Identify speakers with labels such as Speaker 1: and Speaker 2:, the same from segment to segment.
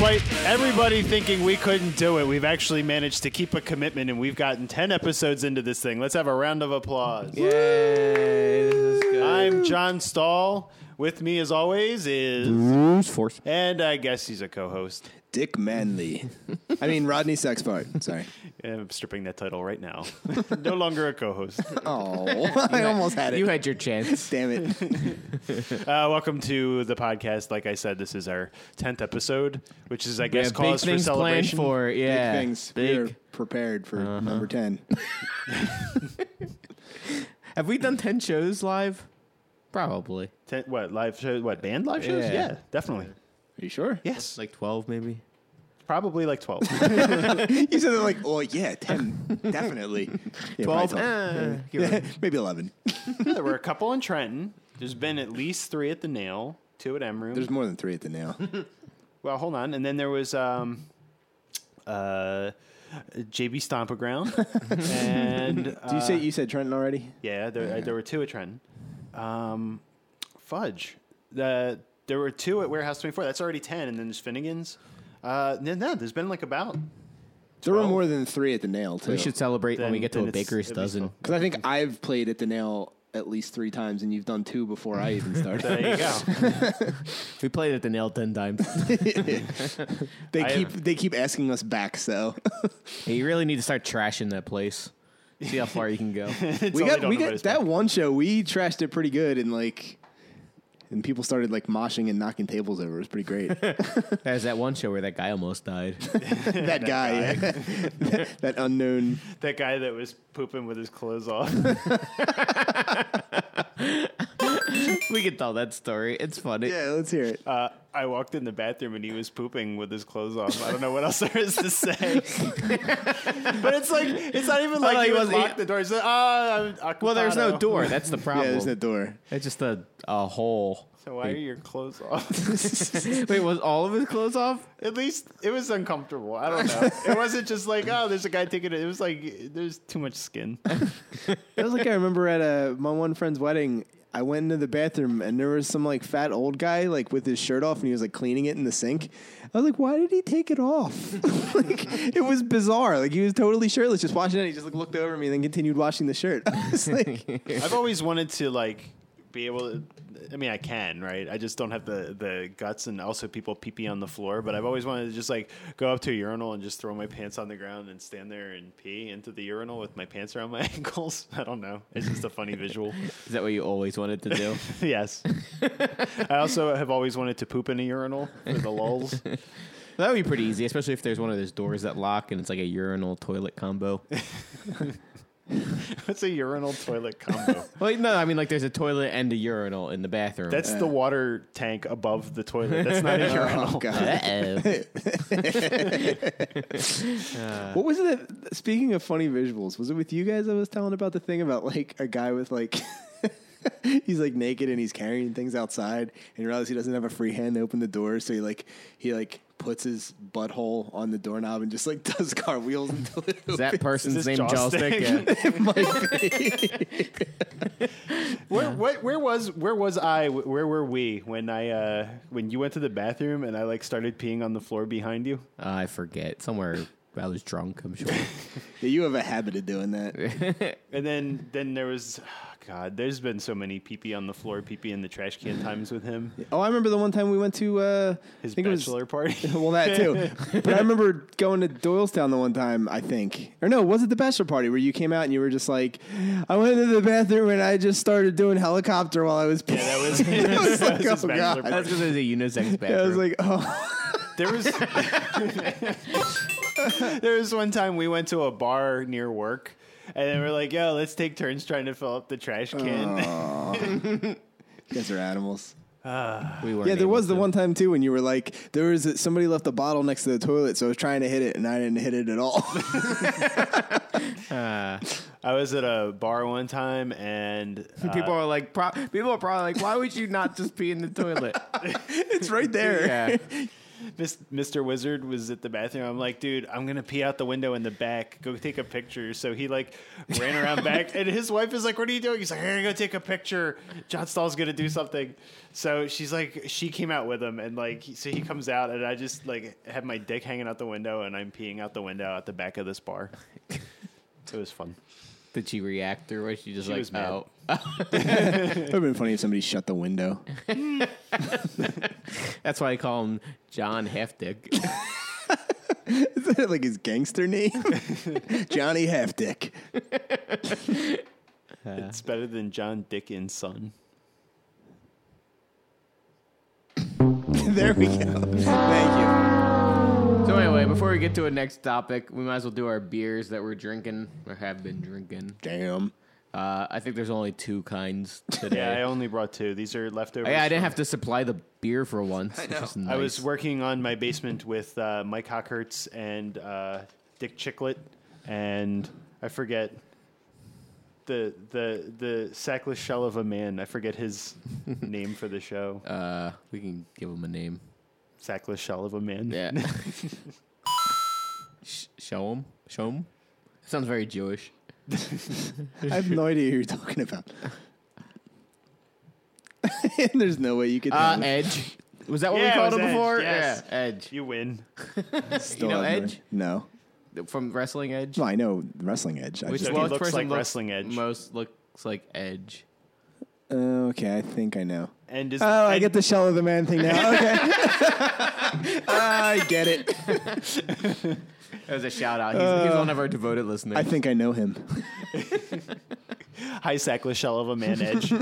Speaker 1: right. Everybody thinking we couldn't do it. We've actually managed to keep a commitment, and we've gotten 10 episodes into this thing. Let's have a round of applause.
Speaker 2: Yay! This is good.
Speaker 1: I'm John Stahl. With me, as always, is.
Speaker 2: Bruce Force.
Speaker 1: And I guess he's a co host.
Speaker 3: Dick Manley. I mean Rodney Sexpart. Sorry.
Speaker 1: Uh, I'm stripping that title right now. no longer a Uh, co host.
Speaker 3: Oh, I almost had it.
Speaker 2: You had your chance.
Speaker 3: Damn it.
Speaker 1: Uh, welcome to the podcast. Like I said, this is our 10th episode, which is, I
Speaker 2: We
Speaker 1: guess,
Speaker 2: have big
Speaker 1: cause for
Speaker 2: things planned
Speaker 1: celebration.
Speaker 2: for yeah.
Speaker 3: Big things. We are
Speaker 2: Big. Uh-huh.
Speaker 3: prepared for number 10.
Speaker 2: Have we done ten shows live? Probably.
Speaker 1: Ten- what, live shows? What, band live shows?
Speaker 2: Yeah.
Speaker 1: yeah definitely.
Speaker 3: Are you sure?
Speaker 1: Yes.
Speaker 2: Like twelve, maybe.
Speaker 1: Probably like 12.
Speaker 3: You said they're like, oh, yeah, 10. Definitely. Yeah, probably 12.
Speaker 2: Uh,
Speaker 3: Maybe 11.
Speaker 1: there were a couple in Trenton. There's been at least three at the Nail, two at Emroom.
Speaker 3: There's more than three at the nail.
Speaker 1: well, hold on, and then there was um, uh, JB Stompaground, and uh,
Speaker 3: Do
Speaker 2: Uh,
Speaker 3: you say you said Trenton already?
Speaker 1: yeah, there, uh, there were two at Trenton. Um, fudge, the there were two at Warehouse 24. That's already ten, and then there's Finnegan's. Uh, no, no, there's been like about.
Speaker 3: There were
Speaker 1: 12.
Speaker 3: more than three at the nail, too.
Speaker 2: we should celebrate when
Speaker 1: Then-
Speaker 2: we get to
Speaker 1: then
Speaker 2: a
Speaker 1: it's-
Speaker 2: baker's
Speaker 1: it'd be
Speaker 2: dozen.
Speaker 1: still-
Speaker 3: Because I think I've played at the nail at least three times, and you've done two before I even started.
Speaker 1: There you go.
Speaker 2: We played at the nail ten times.
Speaker 3: they
Speaker 1: I-
Speaker 3: keep they keep asking us back, so
Speaker 2: Hey, you really need to start trashing that place. See how far you can go.
Speaker 1: It's
Speaker 3: we
Speaker 1: all they
Speaker 3: got
Speaker 1: don't
Speaker 3: we
Speaker 1: know about
Speaker 3: got
Speaker 1: is
Speaker 3: that one show we trashed it pretty good, and like, and people started like moshing and knocking tables over. It was pretty great. that,
Speaker 2: There's that one show where that guy almost died.
Speaker 3: guy, yeah. that, that unknown.
Speaker 1: that guy that was pooping with his clothes off.
Speaker 2: we can tell that story. It's funny.
Speaker 3: Yeah, let's hear it.
Speaker 1: Uh, I walked in the bathroom and he was pooping with his clothes off. I don't know what else there is to say. but it's like it's not even like
Speaker 2: Oh, no,
Speaker 1: he,
Speaker 2: he
Speaker 1: was
Speaker 2: wasn't-
Speaker 1: locked the door. He's like, "Ah, I'm
Speaker 2: Well, there's no
Speaker 1: occupado."
Speaker 2: door. That's the
Speaker 3: yeah,
Speaker 2: problem.
Speaker 3: there's no door.
Speaker 2: It's just a, a hole.
Speaker 1: So why are your clothes off?
Speaker 2: Wait, was all of his clothes off?
Speaker 1: At least it was uncomfortable. I don't know. It wasn't just like, oh, there's a guy taking it. It was like there's too much skin.
Speaker 3: That was like I remember at a, my one friend's wedding. I went into the bathroom and there was some like fat old guy like with his shirt off and he was like cleaning it in the sink. I was like, why did he take it off? like it was bizarre. Like he was totally shirtless, just washing it. He just like looked over at me and then continued washing the shirt. I was like,
Speaker 1: I've always wanted to like be able to. I mean, I can, right? I just don't have the the guts, and also people pee pee on the floor. But I've always wanted to just like go up to a urinal and just throw my pants on the ground and stand there and pee into the urinal with my pants around my ankles. I don't know. It's just a funny visual.
Speaker 2: Is that what you always wanted to do?
Speaker 1: yes. I also have always wanted to poop in a urinal for the lulls.
Speaker 2: that would be pretty easy, especially if there's one of those doors that lock and it's like a urinal toilet combo.
Speaker 1: What's a urinal toilet combo?
Speaker 2: Wait, no, I mean like there's a toilet and a urinal in the bathroom.
Speaker 1: That's the water tank above the toilet. That's not a
Speaker 3: oh
Speaker 1: urinal.
Speaker 3: god.
Speaker 2: Uh-oh.
Speaker 3: What was it? that- Speaking of funny visuals, was it with you guys I was telling about the thing about like a guy with like. He's like naked and he's carrying things outside and you realize he doesn't have a free hand to open the door, so he like he like puts his butthole on the doorknob and just like does cartwheels until it
Speaker 2: Is that
Speaker 1: Is
Speaker 2: person's
Speaker 1: this
Speaker 2: name Uh, Jawstick?
Speaker 1: Jawstick?
Speaker 2: Yeah.
Speaker 1: Where, what, where was where was I? Where were we when I uh, when you went to the bathroom and I like started peeing on the floor behind you?
Speaker 2: I forget. Somewhere I was drunk, I'm sure.
Speaker 3: Yeah, you have a habit of doing that.
Speaker 1: And then then there was, oh, God, there's been so many pee pee on the floor, pee pee in the trash can times with him.
Speaker 3: Oh, I remember the one time we went to uh,
Speaker 1: His
Speaker 3: I think it was-
Speaker 1: bachelor party.
Speaker 3: well, that too. but I remember going to Doylestown the one time, I think. Or no, was it the bachelor party where you came out and you were just like, I went into the bathroom and I just started doing helicopter while I was
Speaker 1: Yeah, that was, that
Speaker 3: was like,
Speaker 1: was his
Speaker 3: oh,
Speaker 1: bachelor
Speaker 3: God.
Speaker 2: That's
Speaker 1: party.
Speaker 2: because there's a unisex bathroom.
Speaker 3: I was like, oh,
Speaker 1: There was there was one time we went to a bar near work, and they were like, "Yo, let's take turns trying to fill up the trash
Speaker 3: Uh.
Speaker 1: can."
Speaker 3: you guys are animals.
Speaker 2: we weren't
Speaker 3: Yeah, there
Speaker 2: able
Speaker 3: was the
Speaker 2: to.
Speaker 3: one time too when you were like, there was a, somebody left a bottle next to the toilet, so I was trying to hit it and I didn't hit it at all.
Speaker 2: uh,
Speaker 1: I was at a bar one time, and uh,
Speaker 2: People are like, pro- people are probably like, why would you not just pee in the toilet?
Speaker 3: it's right there.
Speaker 2: yeah,
Speaker 1: Mis- Mr. Wizard was at the bathroom. I'm like, dude, I'm gonna pee out the window in the back. Go take a picture. So he like ran around back, and his wife is like, "What are you doing?" He's like, "Here, go take a picture." John Stahl's gonna do something. So she's like, she came out with him, and like, so he comes out, and I just like have my dick hanging out the window, and I'm peeing out the window at the back of this bar. it was fun.
Speaker 2: Did she react or was she just
Speaker 1: She
Speaker 2: like,
Speaker 1: was mad.
Speaker 2: oh?
Speaker 3: It would have been funny if somebody shut the window.
Speaker 2: That's why I call him John Half Dick.
Speaker 3: Is that like his gangster name? Johnny Half Dick.
Speaker 1: It's better than John Dickens' son.
Speaker 3: there we go. Thank you.
Speaker 2: so anyway, before we get to a next topic, we might as well do our beers that we're drinking or have been drinking.
Speaker 3: Damn.
Speaker 2: Uh, I think there's only two kinds today.
Speaker 1: Yeah, I only brought two. These are leftovers.
Speaker 2: Oh, yeah, I didn't have to supply the beer for once. I,
Speaker 1: I was working on my basement with uh, Mike Hockhertz and uh, Dick Chicklett, and I forget the the the sackless shell of a man. I forget his name for the show.
Speaker 2: Uh, we can give him a name.
Speaker 1: Sackless shell of a man.
Speaker 2: Yeah. Sh- show him. Show him. Sounds very Jewish.
Speaker 3: I have no idea who you're talking about. and there's no way you could
Speaker 2: Uh,
Speaker 3: have it.
Speaker 2: Edge. Was that what
Speaker 1: Yeah,
Speaker 2: we
Speaker 1: it
Speaker 2: called
Speaker 1: was
Speaker 2: him
Speaker 1: Edge,
Speaker 2: before?
Speaker 1: yes.
Speaker 2: Yeah, Edge.
Speaker 1: You win.
Speaker 3: Still
Speaker 2: know
Speaker 3: have no-
Speaker 2: Edge?
Speaker 3: No.
Speaker 2: From Wrestling Edge?
Speaker 3: No, I know wrestling Edge. I
Speaker 2: Which
Speaker 3: just,
Speaker 1: So
Speaker 2: one?
Speaker 1: he
Speaker 2: Well,
Speaker 1: looks
Speaker 2: person
Speaker 1: like
Speaker 2: looks-
Speaker 1: wrestling edge.
Speaker 2: Most looks like Edge.
Speaker 3: uh, okay, I think I know.
Speaker 1: and is
Speaker 3: Oh, I
Speaker 1: and
Speaker 3: get the shell of the man thing now. Okay. I get it.
Speaker 2: That was a shout out. He's, he's one of our devoted listeners.
Speaker 3: I think I know him.
Speaker 1: high sackless shell of a man edge.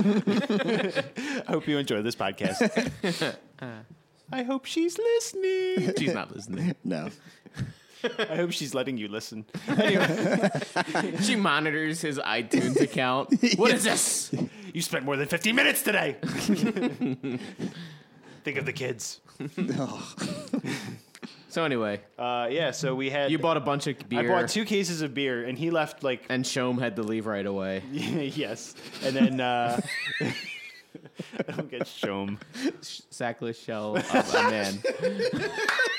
Speaker 1: I hope you enjoy this podcast. I hope she's listening.
Speaker 2: she's not listening.
Speaker 3: No.
Speaker 1: I hope she's letting you listen.
Speaker 2: She monitors his iTunes account. What is this?
Speaker 1: You spent more than 15 minutes today. Think of the kids.
Speaker 2: So anyway,
Speaker 1: Uh, yeah, so we had.
Speaker 2: you bought a bunch of beer.
Speaker 1: I bought two cases of beer, and he left like
Speaker 2: And Shom had to leave right away.
Speaker 1: yes, and then uh, I don't get shown.
Speaker 2: Sackless shell of a man.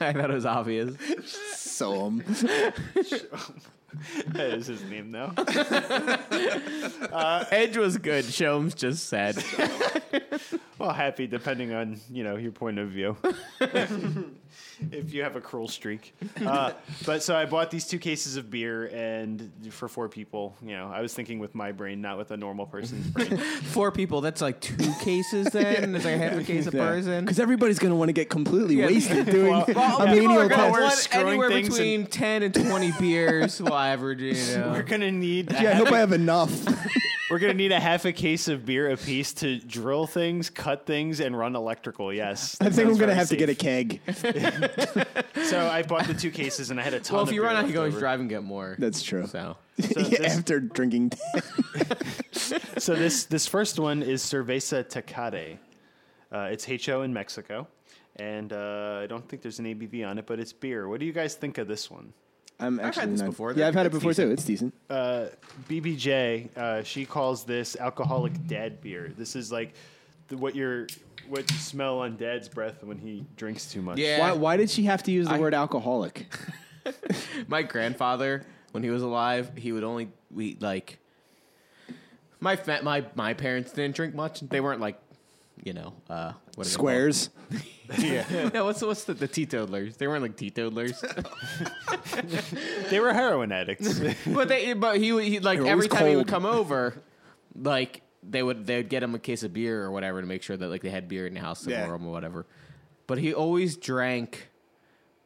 Speaker 2: I thought it was obvious.
Speaker 3: So um,
Speaker 1: That is his name now.
Speaker 2: Edge was good. Shom's just sad.
Speaker 1: Well, happy depending on you know your point of view. if you have a cruel streak, uh, but so I bought these two cases of beer, and for four people, you know, I was thinking with my brain, not with a normal person's brain.
Speaker 2: Four people. That's like two cases. Then it's like a half a case a person.
Speaker 3: because everybody's gonna want to get completely
Speaker 2: Yeah.
Speaker 3: wasted doing
Speaker 1: Well, well,
Speaker 3: a
Speaker 1: yeah. people
Speaker 3: menial
Speaker 1: are gonna
Speaker 3: task.
Speaker 1: work- We're screwing
Speaker 2: anywhere
Speaker 1: things
Speaker 2: between ten and twenty beers, well, average. You
Speaker 1: We're
Speaker 2: know.
Speaker 1: gonna need. a
Speaker 3: Yeah, I
Speaker 1: half
Speaker 3: hope I have enough.
Speaker 1: We're gonna need a half a case of beer apiece to drill things, cut things, and run electrical. Yes,
Speaker 3: I think I'm gonna have to get a keg.
Speaker 1: a. So I bought the two cases and I had a ton.
Speaker 2: Well,
Speaker 1: of
Speaker 2: if you
Speaker 1: beer
Speaker 2: run out, you
Speaker 1: left
Speaker 2: can always
Speaker 1: over.
Speaker 2: drive and get more.
Speaker 3: That's true.
Speaker 2: so.
Speaker 1: So this,
Speaker 3: After drinking,
Speaker 1: so this this first one is Cerveza Tecate. Uh, it's HO in Mexico, and uh, I don't think there's an ABV on it, but it's beer. What do you guys think of this one?
Speaker 3: I'm
Speaker 2: I've
Speaker 3: actually
Speaker 2: had this
Speaker 3: not-
Speaker 2: before.
Speaker 3: Yeah, I've had it
Speaker 2: It's
Speaker 3: before too. It's decent.
Speaker 1: uh, BBJ, uh, she calls this alcoholic dad beer. This is like the, what your what you smell on dad's breath when he drinks too much.
Speaker 2: Yeah.
Speaker 3: Why, why did she have to use the
Speaker 2: Eh. I-
Speaker 3: word alcoholic?
Speaker 2: my grandfather when he was alive he would only we like my fa- my my parents didn't drink much they weren't like you know uh what are they
Speaker 3: Squares.
Speaker 2: called? yeah no what's what's the, the teetotalers they weren't like teetotalers
Speaker 1: they were heroin addicts.
Speaker 2: but they but he would he like
Speaker 3: were
Speaker 2: every
Speaker 3: always
Speaker 2: time he would
Speaker 3: cold.
Speaker 2: come over like they would they would get him a case of beer or whatever to make sure that like they had beer in the house to
Speaker 3: Yeah.
Speaker 2: warm or whatever but he always drank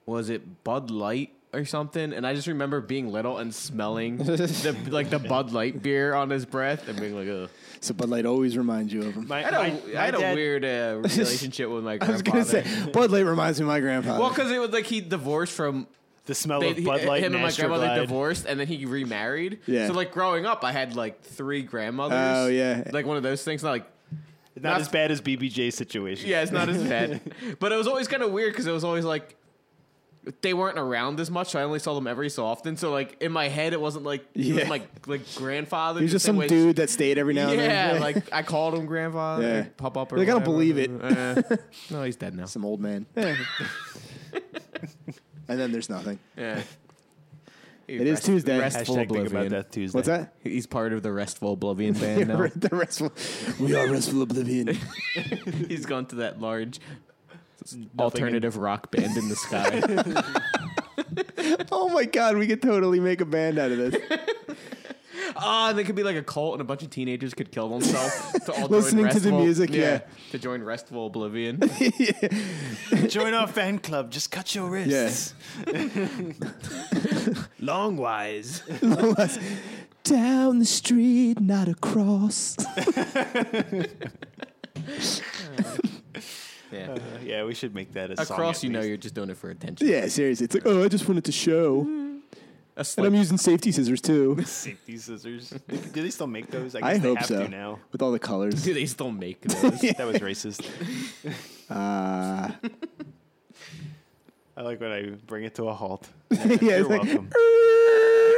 Speaker 2: was it Bud Light or something and I just remember being little and smelling the like the Bud Light beer on his breath and being like ugh.
Speaker 3: So Bud Light always reminds you of him.
Speaker 1: My,
Speaker 2: I had
Speaker 1: my-
Speaker 2: a, I
Speaker 1: my
Speaker 2: had a
Speaker 1: dad-
Speaker 2: weird uh, relationship with my
Speaker 3: I
Speaker 2: grandfather
Speaker 3: was gonna say uh, Bud Light reminds me of my grandfather.
Speaker 2: well cuz it was like he divorced from
Speaker 1: The smell
Speaker 2: they,
Speaker 1: of Bud Light
Speaker 2: him and my
Speaker 1: Master
Speaker 2: grandmother
Speaker 1: Glide.
Speaker 2: divorced, and then he remarried.
Speaker 3: Yeah.
Speaker 2: So like growing up, I had like three grandmothers.
Speaker 3: Oh, yeah.
Speaker 2: Like one of those things. Not like
Speaker 1: Not as bad as BBJ's situation.
Speaker 2: yeah, it's not as bad, but it was always kind of weird because it was always like they weren't around as much, so I only saw them every so often. So like in my head, it wasn't like he was
Speaker 3: Yeah.
Speaker 2: my like grandfather.
Speaker 3: He's
Speaker 2: the
Speaker 3: just
Speaker 2: same
Speaker 3: some
Speaker 2: way-
Speaker 3: dude that stayed every now and then.
Speaker 2: Yeah, like I called him grandfather.
Speaker 3: Yeah.
Speaker 2: he'd Pop up. Or
Speaker 3: They gotta
Speaker 2: whatever.
Speaker 3: believe it.
Speaker 2: Eh. no, he's dead now.
Speaker 3: some old man. and then there's nothing.
Speaker 2: Yeah.
Speaker 3: It is Tuesday.
Speaker 2: Restful
Speaker 1: Hashtag think about
Speaker 2: oblivion.
Speaker 1: that Tuesday.
Speaker 3: What's that?
Speaker 2: He's part of the restful oblivion band now.
Speaker 3: the restful. We are restful oblivion.
Speaker 2: he's gone to that large alternative rock band in the sky.
Speaker 3: oh my god, we could totally make a band out of this.
Speaker 2: Ah, and they could be like a cult, and a bunch of teenagers could kill themselves to all
Speaker 3: Listening
Speaker 2: join
Speaker 3: to the
Speaker 2: restful,
Speaker 3: music, yeah.
Speaker 2: to join restful oblivion.
Speaker 1: Join our fan club. Just cut your wrists.
Speaker 3: Yes.
Speaker 2: Longwise,
Speaker 3: Down the street, not across.
Speaker 2: yeah.
Speaker 1: Uh, yeah, we should make that a song.
Speaker 2: Across,
Speaker 1: at
Speaker 2: you know,
Speaker 1: least.
Speaker 2: you're just doing it for attention.
Speaker 3: yeah, seriously. It's like, oh, I just wanted to show. And
Speaker 2: A
Speaker 3: I'm
Speaker 2: slight-
Speaker 3: using safety scissors too.
Speaker 1: safety scissors. Do they still make those? I, guess
Speaker 3: I
Speaker 1: they
Speaker 3: hope
Speaker 1: have
Speaker 3: so.
Speaker 1: to now.
Speaker 3: With all the colors.
Speaker 2: do they still make those?
Speaker 1: That was racist.
Speaker 3: Uh,
Speaker 1: I like when I bring it to a halt.
Speaker 3: yeah,
Speaker 1: You're
Speaker 3: it's like,
Speaker 1: welcome.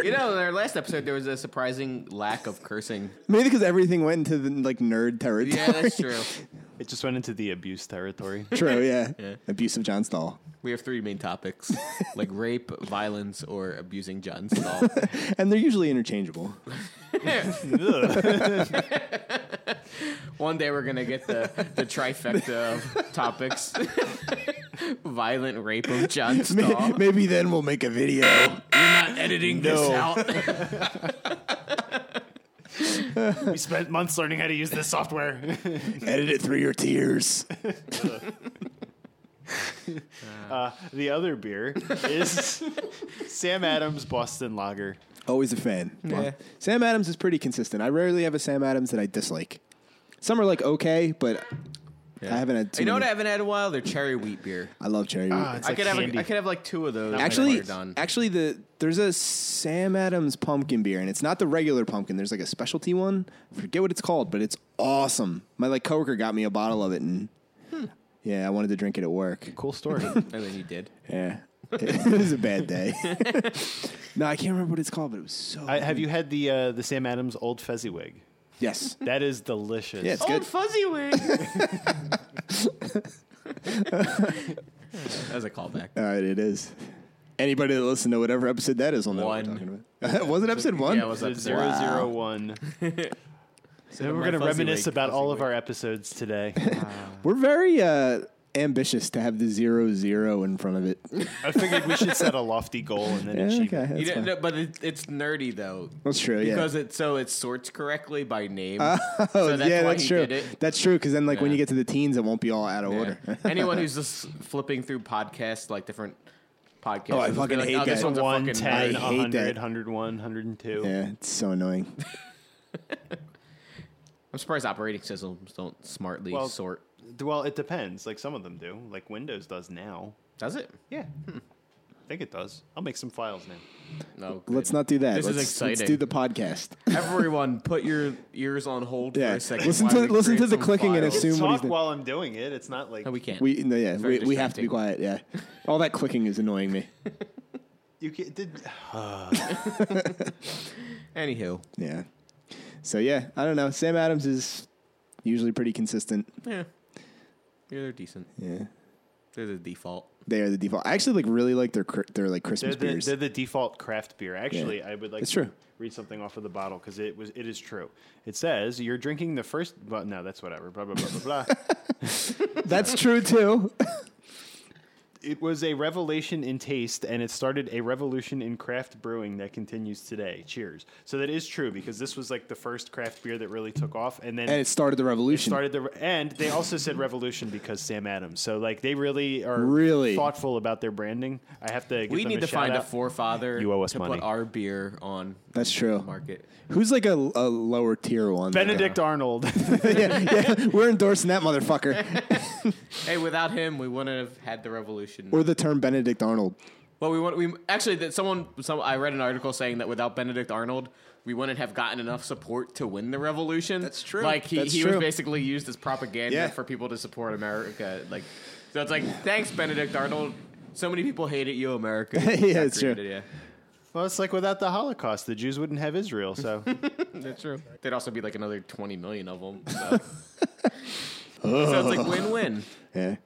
Speaker 2: you know, in our last episode, there was a surprising lack of cursing.
Speaker 3: maybe because everything went into the like nerd territory.
Speaker 2: Yeah, that's true.
Speaker 1: It just went into the abuse territory.
Speaker 3: True, yeah. Abuse of John Stahl.
Speaker 2: We have three main topics like rape, violence, or abusing John Stahl.
Speaker 3: And they're usually interchangeable.
Speaker 1: Ugh.
Speaker 2: One day we're gonna get the, the trifecta of topics: violent rape of John Stahl.
Speaker 3: May- Maybe then we'll make a video.
Speaker 2: You're not editing this
Speaker 1: No.
Speaker 2: out.
Speaker 1: we spent months learning how to use this software.
Speaker 3: Edit it through your tears.
Speaker 1: Uh, the other beer is Sam Adams Boston Lager.
Speaker 3: Always a fan. Well,
Speaker 2: Yeah.
Speaker 3: Sam Adams is pretty consistent. I rarely have a Sam Adams that I dislike. Some are like okay, but I haven't had too
Speaker 2: You know what I
Speaker 3: many.
Speaker 2: haven't had in a while? They're cherry wheat beer.
Speaker 3: I love cherry. wheat.
Speaker 1: Ah, it's
Speaker 2: I
Speaker 1: like
Speaker 2: could have
Speaker 1: candy.
Speaker 2: a, I could have like two of those. before
Speaker 3: actually,
Speaker 2: you're done.
Speaker 3: actually, the there's a Sam Adams pumpkin beer, and it's not the regular pumpkin. There's like a specialty one. I forget what it's called, but it's awesome. My like coworker got me a bottle of it, and yeah, I wanted to drink it at work.
Speaker 1: cool story.
Speaker 2: and then you did.
Speaker 3: Yeah, it was a bad day. no, I can't remember what it's called, but it was so.
Speaker 1: I, have you had the uh, the Sam Adams Old Fezziwig?
Speaker 3: yes.
Speaker 1: That is delicious.
Speaker 3: Yeah, it's
Speaker 2: Old
Speaker 3: good.
Speaker 2: fuzzy wing. that was a callback.
Speaker 3: All right, it is. Anybody that listened to whatever episode that is will know what we're
Speaker 2: One.
Speaker 3: talking about. was it episode one?
Speaker 2: Yeah, it was
Speaker 1: So
Speaker 2: episode
Speaker 1: zero zero one.
Speaker 2: of
Speaker 1: So we're
Speaker 2: my
Speaker 1: gonna
Speaker 2: fuzzy
Speaker 1: reminisce
Speaker 2: wig,
Speaker 1: about
Speaker 2: fuzzy
Speaker 1: all of
Speaker 2: wig.
Speaker 1: our episodes today.
Speaker 3: We're very uh, ambitious to have the zero zero in front of it.
Speaker 1: I figured we should set a lofty goal and then
Speaker 3: Yeah,
Speaker 1: achieve
Speaker 3: okay,
Speaker 1: it.
Speaker 2: You
Speaker 3: that's,
Speaker 2: don't
Speaker 3: fine.
Speaker 2: know, but it, it's nerdy though
Speaker 3: that's true. Yeah.
Speaker 2: because it so it sorts correctly by name.
Speaker 3: Oh,
Speaker 2: so that's
Speaker 3: yeah,
Speaker 2: why
Speaker 3: that's
Speaker 2: he
Speaker 3: true.
Speaker 2: did it.
Speaker 3: That's true. Because then, like, when
Speaker 2: Yeah.
Speaker 3: you get to the teens, it won't be all out of order.
Speaker 2: Yeah. Anyone who's just flipping through podcasts, like different podcasts,
Speaker 3: I
Speaker 2: will be
Speaker 3: fucking
Speaker 2: like,
Speaker 3: hate
Speaker 2: oh, This
Speaker 3: that.
Speaker 2: one's a
Speaker 1: 1,
Speaker 2: fucking
Speaker 1: 10,
Speaker 3: I hate
Speaker 1: 100,
Speaker 3: that.
Speaker 1: 101, 102.
Speaker 3: yeah, it's so annoying.
Speaker 2: I'm surprised operating systems don't smartly
Speaker 1: Well-
Speaker 2: sort.
Speaker 1: Well, it depends. Like some of them do. Like Windows does now.
Speaker 2: Does it?
Speaker 1: Yeah. I think it does. I'll make some files now.
Speaker 2: No.
Speaker 3: Let's
Speaker 2: good.
Speaker 3: not do that.
Speaker 2: This is
Speaker 3: let's, Let's
Speaker 2: exciting.
Speaker 3: do the podcast.
Speaker 2: Everyone, put your ears on hold
Speaker 3: Yeah.
Speaker 2: for a second.
Speaker 3: Listen
Speaker 2: while
Speaker 3: to-
Speaker 2: we
Speaker 3: listen to
Speaker 2: create
Speaker 3: the
Speaker 2: some
Speaker 3: clicking and
Speaker 2: files.
Speaker 3: assume- Doing what he's
Speaker 1: Talk
Speaker 3: doing.
Speaker 1: while I'm doing it. It's not like
Speaker 2: No, we can't.
Speaker 3: We no, yeah,
Speaker 2: very
Speaker 3: we, we have to be
Speaker 2: distracting.
Speaker 3: quiet. Yeah, all that clicking is annoying me.
Speaker 1: you can, did.
Speaker 2: Anywho,
Speaker 3: Yeah. So yeah, I don't know. Sam Adams is usually pretty consistent.
Speaker 2: yeah, yeah, they're decent.
Speaker 3: Yeah.
Speaker 2: They're the default.
Speaker 3: They are the default. I actually like really like their cr- their like
Speaker 1: They're
Speaker 3: Christmas
Speaker 1: the,
Speaker 3: beers.
Speaker 1: they're the default craft beer. Actually, I would like
Speaker 3: It's
Speaker 1: to
Speaker 3: true.
Speaker 1: read something off of the bottle because it was it is true. It says you're drinking the first. But no, that's whatever. Blah blah blah blah blah.
Speaker 3: That's true too.
Speaker 1: It was a revelation in taste, and it started a revolution in craft brewing that continues today. Cheers. So that is true because this was like the first craft beer that really took off, and then
Speaker 3: and it started the revolution.
Speaker 1: started the and they also said revolution because Sam Adams. So like they really are
Speaker 3: Really?
Speaker 1: thoughtful about their branding. I have to. Give
Speaker 2: We
Speaker 1: them
Speaker 2: need
Speaker 1: a
Speaker 2: to
Speaker 1: shout
Speaker 2: find a
Speaker 1: out.
Speaker 2: forefather
Speaker 1: You owe us
Speaker 2: to
Speaker 1: money.
Speaker 2: put our beer on
Speaker 3: That's
Speaker 2: the
Speaker 3: true.
Speaker 2: market.
Speaker 3: Who's like a, a lower tier one?
Speaker 1: Benedict Arnold.
Speaker 3: yeah, yeah, we're endorsing that motherfucker.
Speaker 2: Hey, without him, we wouldn't have had the revolution.
Speaker 3: or the term Benedict Arnold.
Speaker 2: Well, we want we actually that someone some I read an article saying that without Benedict Arnold, we wouldn't have gotten enough support to win the revolution.
Speaker 3: That's true.
Speaker 2: Like he,
Speaker 3: That's
Speaker 2: he was
Speaker 3: true.
Speaker 2: basically used as propaganda
Speaker 3: Yeah.
Speaker 2: for people to support America. Like so, it's like thanks Benedict Arnold. So many people hated you, America.
Speaker 3: Yeah, it's true.
Speaker 2: Created, Yeah,
Speaker 1: Well, it's like without the Holocaust, the Jews wouldn't have Israel. So
Speaker 2: that's true. There'd also be like another 20 million of them. So, so it's like win-win.
Speaker 3: Yeah.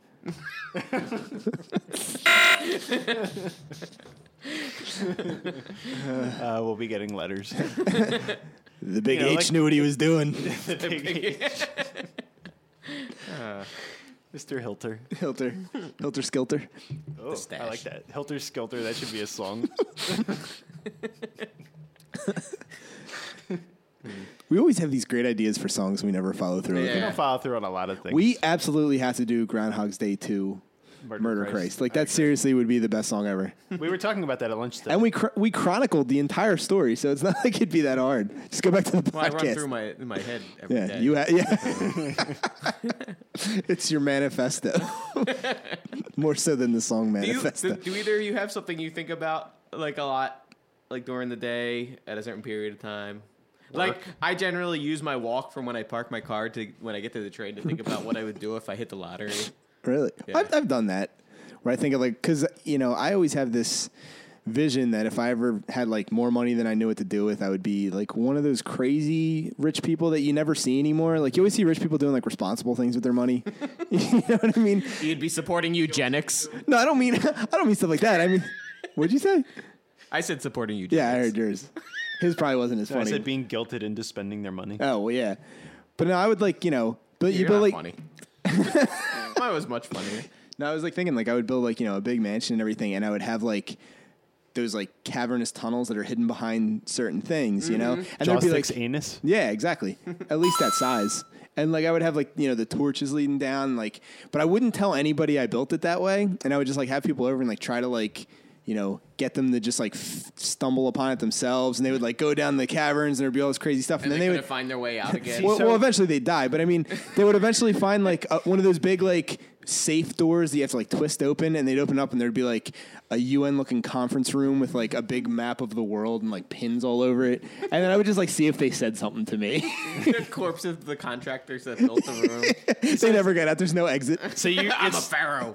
Speaker 1: uh, we'll be getting letters.
Speaker 3: The big
Speaker 1: You know,
Speaker 3: H
Speaker 1: like-
Speaker 3: knew what he was doing.
Speaker 1: Mr. Hilter.
Speaker 3: Uh, Hilter. Hilter Skilter.
Speaker 1: Oh, I like
Speaker 2: stash.
Speaker 1: that. Hilter Skelter. That should be a song.
Speaker 3: We always have these great ideas for songs we never follow through with.
Speaker 1: We
Speaker 2: Yeah.
Speaker 1: don't follow through on a lot of things.
Speaker 3: We absolutely have to do Groundhog's Day 2 Murder, Christ. Like that seriously would be the best song ever.
Speaker 1: we were talking about that at lunch. Today.
Speaker 3: And we cr- we chronicled the entire story, so it's not like it'd be that hard. Just go back to the podcast.
Speaker 2: Well, I run through my in my head every day.
Speaker 3: yeah, you ha- yeah. it's your manifesto. More so than the song
Speaker 2: do, you,
Speaker 3: manifesto.
Speaker 2: do, do either of you have something you think about like a lot, like during the day at a certain period of time? Like I generally use my walk from when I park my car to when I get to the train to think about what I would do if I hit the lottery.
Speaker 3: Really?
Speaker 2: Yeah.
Speaker 3: I've, I've done that where I think of like, because, you know, I always have this vision that if I ever had like more money than I knew what to do with, I would be like one of those crazy rich people that you never see anymore. Like, you always see rich people doing like responsible things with their money. you know what I mean?
Speaker 2: You'd be supporting eugenics.
Speaker 3: No, I don't mean, I don't mean stuff like that. I mean, what'd you say?
Speaker 2: I said supporting eugenics.
Speaker 3: Yeah, I heard yours. His probably wasn't as funny.
Speaker 1: I said being guilted into spending their money.
Speaker 3: oh, well, yeah. But no, I would like, you know, but you
Speaker 2: You're
Speaker 3: but
Speaker 2: not
Speaker 3: like,
Speaker 2: funny. Mine was much funnier.
Speaker 3: No, I was like thinking like I would build like you know a big mansion and everything, and I would have like those like cavernous tunnels that are hidden behind certain things, you know. And
Speaker 1: Jaw
Speaker 3: there'd be like,
Speaker 1: sticks anus.
Speaker 3: yeah, exactly, at least that size. And like I would have like you know the torches leading down, like, but I wouldn't tell anybody I built it that way, and I would just like have people over and like try to like you know get them to just like f- stumble upon it themselves, and they would like go down the caverns and there'd be all this crazy stuff,
Speaker 2: And
Speaker 3: and, then
Speaker 2: they,
Speaker 3: they
Speaker 2: couldn't
Speaker 3: would
Speaker 2: find their way out again.
Speaker 3: well,
Speaker 1: so-
Speaker 3: well, eventually they die, but I mean, they would eventually find like a, one of those big like safe doors that you have to like twist open, and they'd open up, and there'd be like a UN looking conference room with like a big map of the world and like pins all over it, and then I would just like see if they said something to me.
Speaker 2: the corpse of the contractors that built the room.
Speaker 3: they never got out. There's no exit.
Speaker 1: So you,
Speaker 2: I'm a
Speaker 1: it's,
Speaker 2: pharaoh.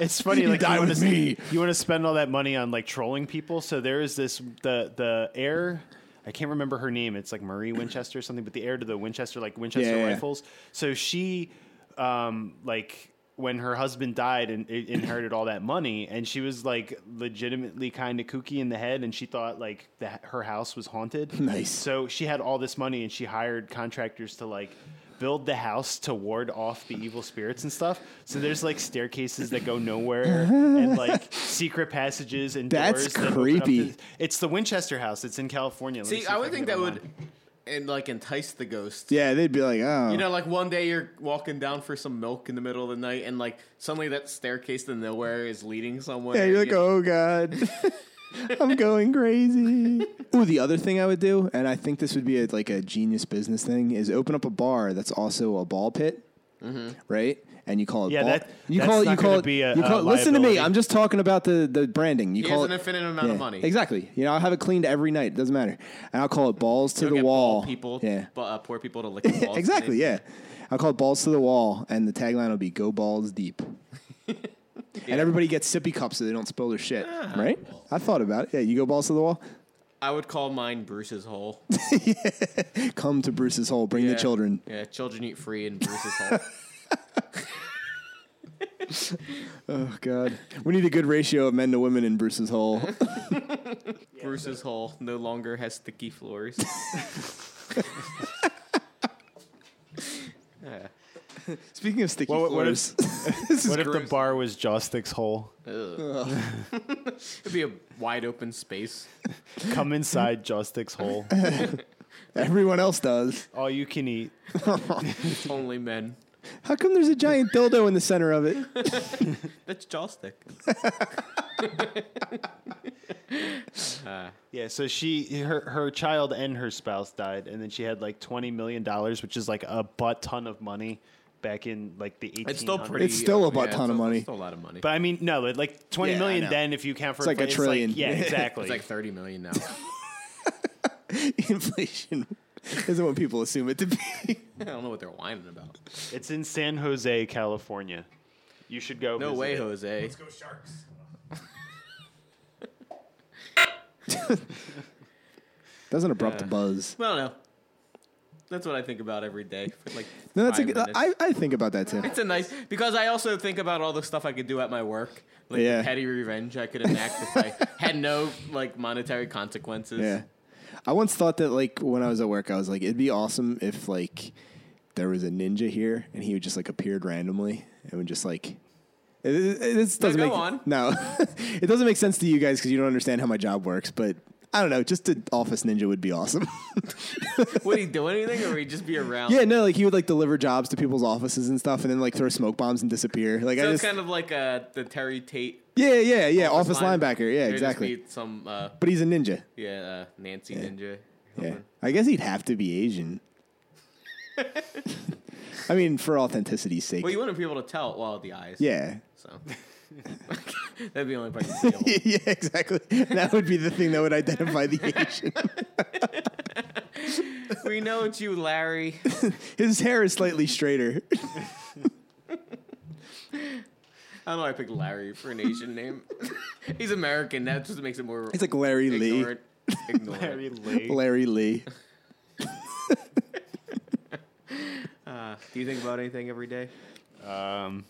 Speaker 1: it's funny.
Speaker 3: You
Speaker 1: Like
Speaker 3: die
Speaker 1: want
Speaker 3: with
Speaker 1: to
Speaker 3: me.
Speaker 1: You want to spend all that money on like trolling people. So there is this the the heir. I can't remember her name. It's like Marie Winchester or something. But the heir to the Winchester, like Winchester
Speaker 3: Yeah, yeah, yeah.
Speaker 1: rifles. So she, um, like when her husband died and i- inherited all that money, and she was like legitimately kind of kooky in the head, and she thought like that her house was haunted.
Speaker 3: Nice.
Speaker 1: So she had all this money, and she hired contractors to like build the house to ward off the evil spirits and stuff. So there's like staircases that go nowhere and like secret passages and
Speaker 3: That's
Speaker 1: doors. that open up
Speaker 3: creepy.
Speaker 1: to- it's the Winchester House. It's in California. Let me
Speaker 2: See,
Speaker 1: if
Speaker 2: I would
Speaker 1: can
Speaker 2: think
Speaker 1: get
Speaker 2: that would,
Speaker 1: online.
Speaker 2: and like entice the ghost.
Speaker 3: Yeah, they'd be like, oh,
Speaker 2: You know, like one day you're walking down for some milk in the middle of the night, and like suddenly that staircase to nowhere is leading somewhere.
Speaker 3: Yeah, you're like,
Speaker 2: You-
Speaker 3: oh god, I'm going crazy. Ooh, the other thing I would do, and I think this would be a, like a genius business thing, is open up a bar that's also a ball pit,
Speaker 2: Mm-hmm.
Speaker 3: right? And you call it
Speaker 1: Yeah,
Speaker 3: ball.
Speaker 1: that-
Speaker 3: you
Speaker 1: that's
Speaker 3: call it. You
Speaker 1: not
Speaker 3: call
Speaker 1: gonna
Speaker 3: it.
Speaker 1: be a-
Speaker 3: you call
Speaker 1: a
Speaker 3: it listen to me.
Speaker 1: liability.
Speaker 3: I'm just talking about the the branding. You
Speaker 2: He
Speaker 3: call
Speaker 2: has
Speaker 3: it
Speaker 2: an infinite amount
Speaker 3: yeah,
Speaker 2: of money.
Speaker 3: Exactly. You know, I'll have it cleaned every night. It doesn't matter. And I'll call it balls to
Speaker 2: You'll
Speaker 3: the
Speaker 2: get
Speaker 3: wall.
Speaker 2: bald people,
Speaker 3: Yeah.
Speaker 2: but, uh, poor people to lick the balls.
Speaker 3: Exactly, yeah. I'll call it balls to the wall, and the tagline will be "Go balls deep." And everybody gets sippy cups so they don't spill their shit,
Speaker 2: Ah.
Speaker 3: right? I thought about it. Yeah, you go balls to the wall.
Speaker 2: I would call mine Bruce's hole.
Speaker 3: Come to Bruce's hole. Bring
Speaker 2: Yeah.
Speaker 3: the children.
Speaker 2: Yeah, children eat free in Bruce's hole.
Speaker 3: Oh God, we need a good ratio of men to women in Bruce's hole.
Speaker 2: Bruce's hole no longer has sticky floors. yeah.
Speaker 3: Speaking of sticky
Speaker 1: What- what
Speaker 3: floors,
Speaker 1: if-
Speaker 3: this is
Speaker 1: What if the
Speaker 3: gross.
Speaker 1: bar was Jawstick's hole?
Speaker 2: It'd be a wide open space.
Speaker 1: Come inside Jawstick's hole.
Speaker 3: everyone else does?
Speaker 1: All you can eat.
Speaker 2: Only men.
Speaker 3: How come there's a giant dildo in the center of it?
Speaker 2: That's Jawstick.
Speaker 1: Yeah, so she her her child and her spouse died, and then she had like twenty million dollars, which is like a butt ton of money back in like the eighteen.
Speaker 2: It's still pretty.
Speaker 3: It's still a butt
Speaker 2: it's
Speaker 3: ton of
Speaker 2: still-
Speaker 3: money.
Speaker 2: It's still a lot of money.
Speaker 1: But I mean, no, it- like twenty
Speaker 3: Yeah, I
Speaker 1: million.
Speaker 3: know.
Speaker 1: Then if you count for
Speaker 3: It's like a
Speaker 1: inflation,
Speaker 3: trillion.
Speaker 1: yeah,
Speaker 3: It's
Speaker 1: exactly.
Speaker 2: it's like 30 million now.
Speaker 3: Inflation isn't what people assume it to be.
Speaker 2: I don't know what they're whining about.
Speaker 1: It's in San Jose, California. You should go.
Speaker 2: No
Speaker 1: visit
Speaker 2: way,
Speaker 1: it.
Speaker 2: Jose.
Speaker 4: Let's go Sharks.
Speaker 3: That's an abrupt
Speaker 2: Yeah.
Speaker 3: buzz.
Speaker 2: I don't know. That's what I think about every day. For like
Speaker 3: No, that's a
Speaker 2: five
Speaker 3: good.
Speaker 2: minutes.
Speaker 3: I, I think about that too.
Speaker 2: It's a nice because I also think about all the stuff I could do at my work, like
Speaker 3: Yeah.
Speaker 2: the petty revenge I could enact if I had no like monetary consequences.
Speaker 3: Yeah. I once thought that like when I was at work, I was like, it'd be awesome if like there was a ninja here and he would just like appeared randomly and would just like. It, it, it- this doesn't
Speaker 2: go
Speaker 3: make
Speaker 2: on.
Speaker 3: no. it doesn't make sense to you guys because you don't understand how my job works. But I don't know. Just an office ninja would be awesome.
Speaker 2: Would he do anything, or would he just be around?
Speaker 3: yeah, no, like he would like deliver jobs to people's offices and stuff, and then like throw smoke bombs and disappear. Like
Speaker 2: So
Speaker 3: I
Speaker 2: it's
Speaker 3: just
Speaker 2: kind of like uh, the Terry Tate
Speaker 3: yeah, yeah, yeah. Office,
Speaker 2: line-
Speaker 3: linebacker. Yeah,
Speaker 2: there just
Speaker 3: exactly.
Speaker 2: be Some uh,
Speaker 3: But he's a ninja.
Speaker 2: yeah, uh, Nancy Ninja.
Speaker 3: Yeah. I guess he'd have to be Asian. I mean, for authenticity's sake.
Speaker 2: Well, you wouldn't be able to tell well the eyes.
Speaker 3: yeah.
Speaker 2: So that'd be the only part you see.
Speaker 3: yeah, exactly. That would be the thing that would identify the Asian.
Speaker 2: we know it's you, Larry.
Speaker 3: His hair is slightly straighter.
Speaker 2: I don't know. why I picked Larry for an Asian name. He's American. That just makes it more
Speaker 3: It's like Larry
Speaker 2: ignorant. Ignorant.
Speaker 1: Larry Lee.
Speaker 3: Lee. Larry Lee.
Speaker 2: Uh, do you think about anything every day?
Speaker 1: Um,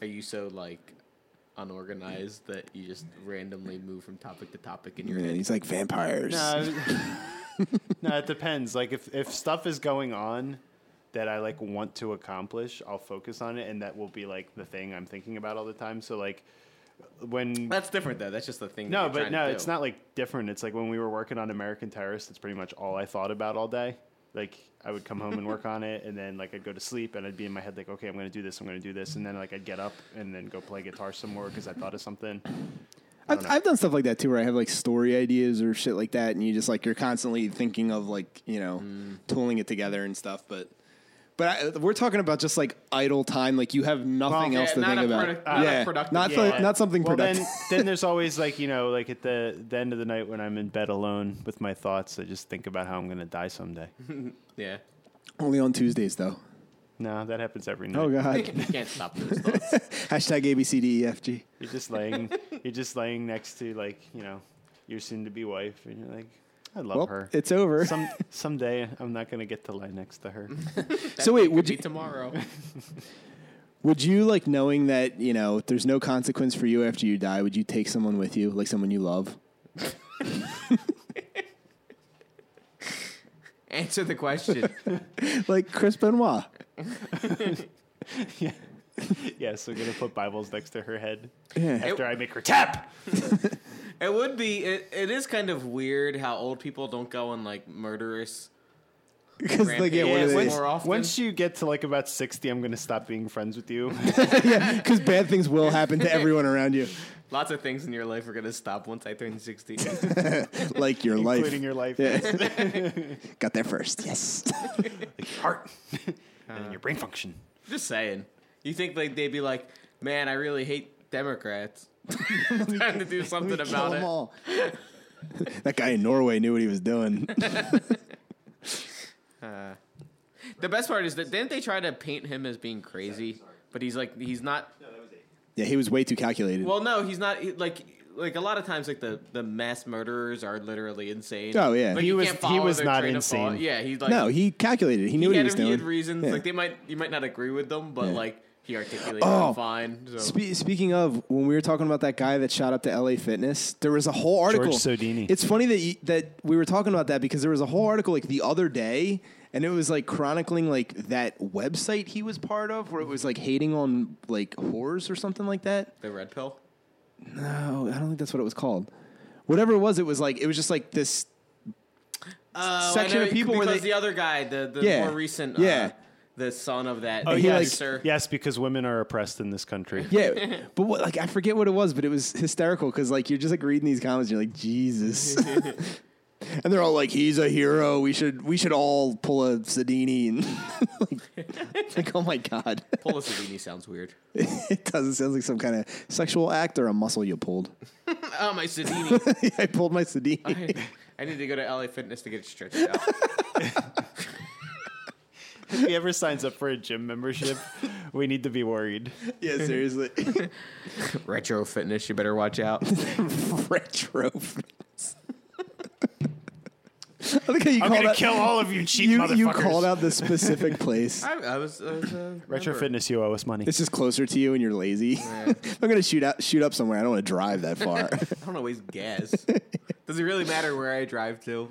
Speaker 2: Are you so like unorganized that you just randomly move from topic to topic in your
Speaker 3: And
Speaker 2: head?
Speaker 3: he's like vampires.
Speaker 1: no, no, it depends. Like if if stuff is going on that I like want to accomplish, I'll focus on it, and that will be like the thing I'm thinking about all the time. So like when
Speaker 2: That's different though. That's just the thing. that
Speaker 1: no,
Speaker 2: you're
Speaker 1: but
Speaker 2: trying to
Speaker 1: no,
Speaker 2: do.
Speaker 1: it's not like different. It's like when we were working on American Terrorist, it's pretty much all I thought about all day. Like I would come home and work on it, and then like I'd go to sleep, and I'd be in my head like, okay, I'm gonna do this, I'm gonna do this, and then like I'd get up and then go play guitar some more because I thought of something.
Speaker 3: I've, I've done stuff like that too, where I have like story ideas or shit like that, and you just like you're constantly thinking of like you know
Speaker 1: Mm.
Speaker 3: tooling it together and stuff. But but I, we're talking about just like idle time, like you have nothing
Speaker 1: Well,
Speaker 3: else
Speaker 2: yeah,
Speaker 3: to
Speaker 2: not
Speaker 3: think
Speaker 2: a
Speaker 3: about.
Speaker 2: product- not a
Speaker 3: yeah,
Speaker 2: productive
Speaker 3: not
Speaker 2: thought-
Speaker 1: Yeah.
Speaker 3: not something
Speaker 1: Well,
Speaker 3: productive.
Speaker 1: then, then there's always like you know, like at the the end of the night when I'm in bed alone with my thoughts, I just think about how I'm gonna die someday.
Speaker 2: Yeah.
Speaker 3: Only on Tuesdays though.
Speaker 1: no, that happens every night.
Speaker 3: Oh
Speaker 2: You
Speaker 3: god.
Speaker 2: can't stop those thoughts.
Speaker 3: Hashtag ABCDEFG.
Speaker 1: You're just laying, you're just laying next to like you know, your soon-to-be wife, and you're like, I love
Speaker 3: Well,
Speaker 1: her.
Speaker 3: it's over.
Speaker 1: Some someday I'm not gonna get to lie next to her.
Speaker 3: so wait,
Speaker 2: It
Speaker 3: would
Speaker 2: could
Speaker 3: you
Speaker 2: be tomorrow?
Speaker 3: would you like knowing that you know there's no consequence for you after you die? Would you take someone with you, like someone you love?
Speaker 2: Answer the question.
Speaker 3: Like Chris Benoit.
Speaker 1: yes, I'm gonna put Bibles next to her head
Speaker 3: Yeah.
Speaker 1: after I make her tap.
Speaker 2: It would be. It, it is kind of weird how old people don't go on like murderous.
Speaker 3: Because like
Speaker 2: Yeah,
Speaker 3: yeah, what are
Speaker 2: it's
Speaker 3: they-
Speaker 2: like- more
Speaker 1: once,
Speaker 2: often.
Speaker 1: once you get to like about 60, I'm gonna stop being friends with you.
Speaker 3: yeah, because bad things will happen to everyone around you,
Speaker 2: Lots of things in your life are gonna stop once I turn sixty.
Speaker 3: like your life.
Speaker 1: Including your life.
Speaker 3: Got there first. Yes.
Speaker 1: Like your heart. and then your brain function.
Speaker 2: Just saying. You think like they'd be like, man, I really hate Democrats. Time to do something about it.
Speaker 3: all. that guy in Norway knew what he was doing.
Speaker 2: The best part is that didn't they try to paint him as being crazy? But he's like, he's not.
Speaker 3: yeah, he was way too calculated.
Speaker 2: Well, no, he's not. he- Like, like a lot of times, like the the mass murderers are literally insane.
Speaker 3: Oh, yeah.
Speaker 2: like,
Speaker 3: He
Speaker 2: you
Speaker 1: was-
Speaker 2: can't
Speaker 1: he
Speaker 2: follow
Speaker 1: was
Speaker 2: their
Speaker 1: not
Speaker 2: train of thought.
Speaker 1: insane.
Speaker 2: Yeah, he's like
Speaker 3: no, he calculated. He knew
Speaker 2: he
Speaker 3: what he
Speaker 2: had,
Speaker 3: was
Speaker 2: he
Speaker 3: doing.
Speaker 2: had reasons.
Speaker 3: Yeah.
Speaker 2: Like they might, you might not agree with them, but
Speaker 3: Yeah.
Speaker 2: like he articulated
Speaker 3: Oh.
Speaker 2: them fine. So
Speaker 3: Spe- speaking of, when we were talking about that guy that shot up to LA Fitness, there was a whole article.
Speaker 1: Sodini.
Speaker 3: It's funny that you, that we were talking about that because there was a whole article like the other day, and it was like chronicling like that website he was part of, where it was like hating on like whores or something like that.
Speaker 2: the red pill.
Speaker 3: No, I don't think that's what it was called. Whatever it was, it was like it was just like this
Speaker 2: Oh, I
Speaker 3: section
Speaker 2: know,
Speaker 3: of people where
Speaker 2: because
Speaker 3: they-
Speaker 2: the other guy, the, the
Speaker 3: Yeah.
Speaker 2: more recent,
Speaker 3: Yeah.
Speaker 2: uh, the son of that.
Speaker 3: he, like-
Speaker 2: sir.
Speaker 1: Yes, because women are oppressed in this country.
Speaker 3: Oh, Yeah, but what, like I forget what it was, but it was hysterical because like you're just like reading these comments, and you're like Jesus, and they're all like, "He's a hero. We should we should all pull a Sedini." And like, like, oh my god,
Speaker 2: Paula Savini sounds weird.
Speaker 3: it does. It sounds like some kind of sexual act or a muscle you pulled.
Speaker 2: Oh, my Savini.
Speaker 3: I pulled my Sedini.
Speaker 2: I, I need to go to LA Fitness to get it stretched out.
Speaker 1: if he ever signs up for a gym membership, we need to be worried.
Speaker 3: Yeah, seriously.
Speaker 2: Retro fitness, you better watch out.
Speaker 3: Retro fitness. I like how you
Speaker 1: I'm
Speaker 3: called
Speaker 1: gonna
Speaker 3: out,
Speaker 1: kill all of you cheap
Speaker 3: you,
Speaker 1: motherfuckers.
Speaker 3: you called out the specific place.
Speaker 2: I, I was, I was uh,
Speaker 1: Retro
Speaker 2: remember.
Speaker 1: Fitness, you owe us money.
Speaker 3: It's just closer to you and you're lazy. if I'm gonna shoot out shoot up somewhere, I don't wanna drive that far.
Speaker 2: I don't always guess. Does it really matter where I drive to?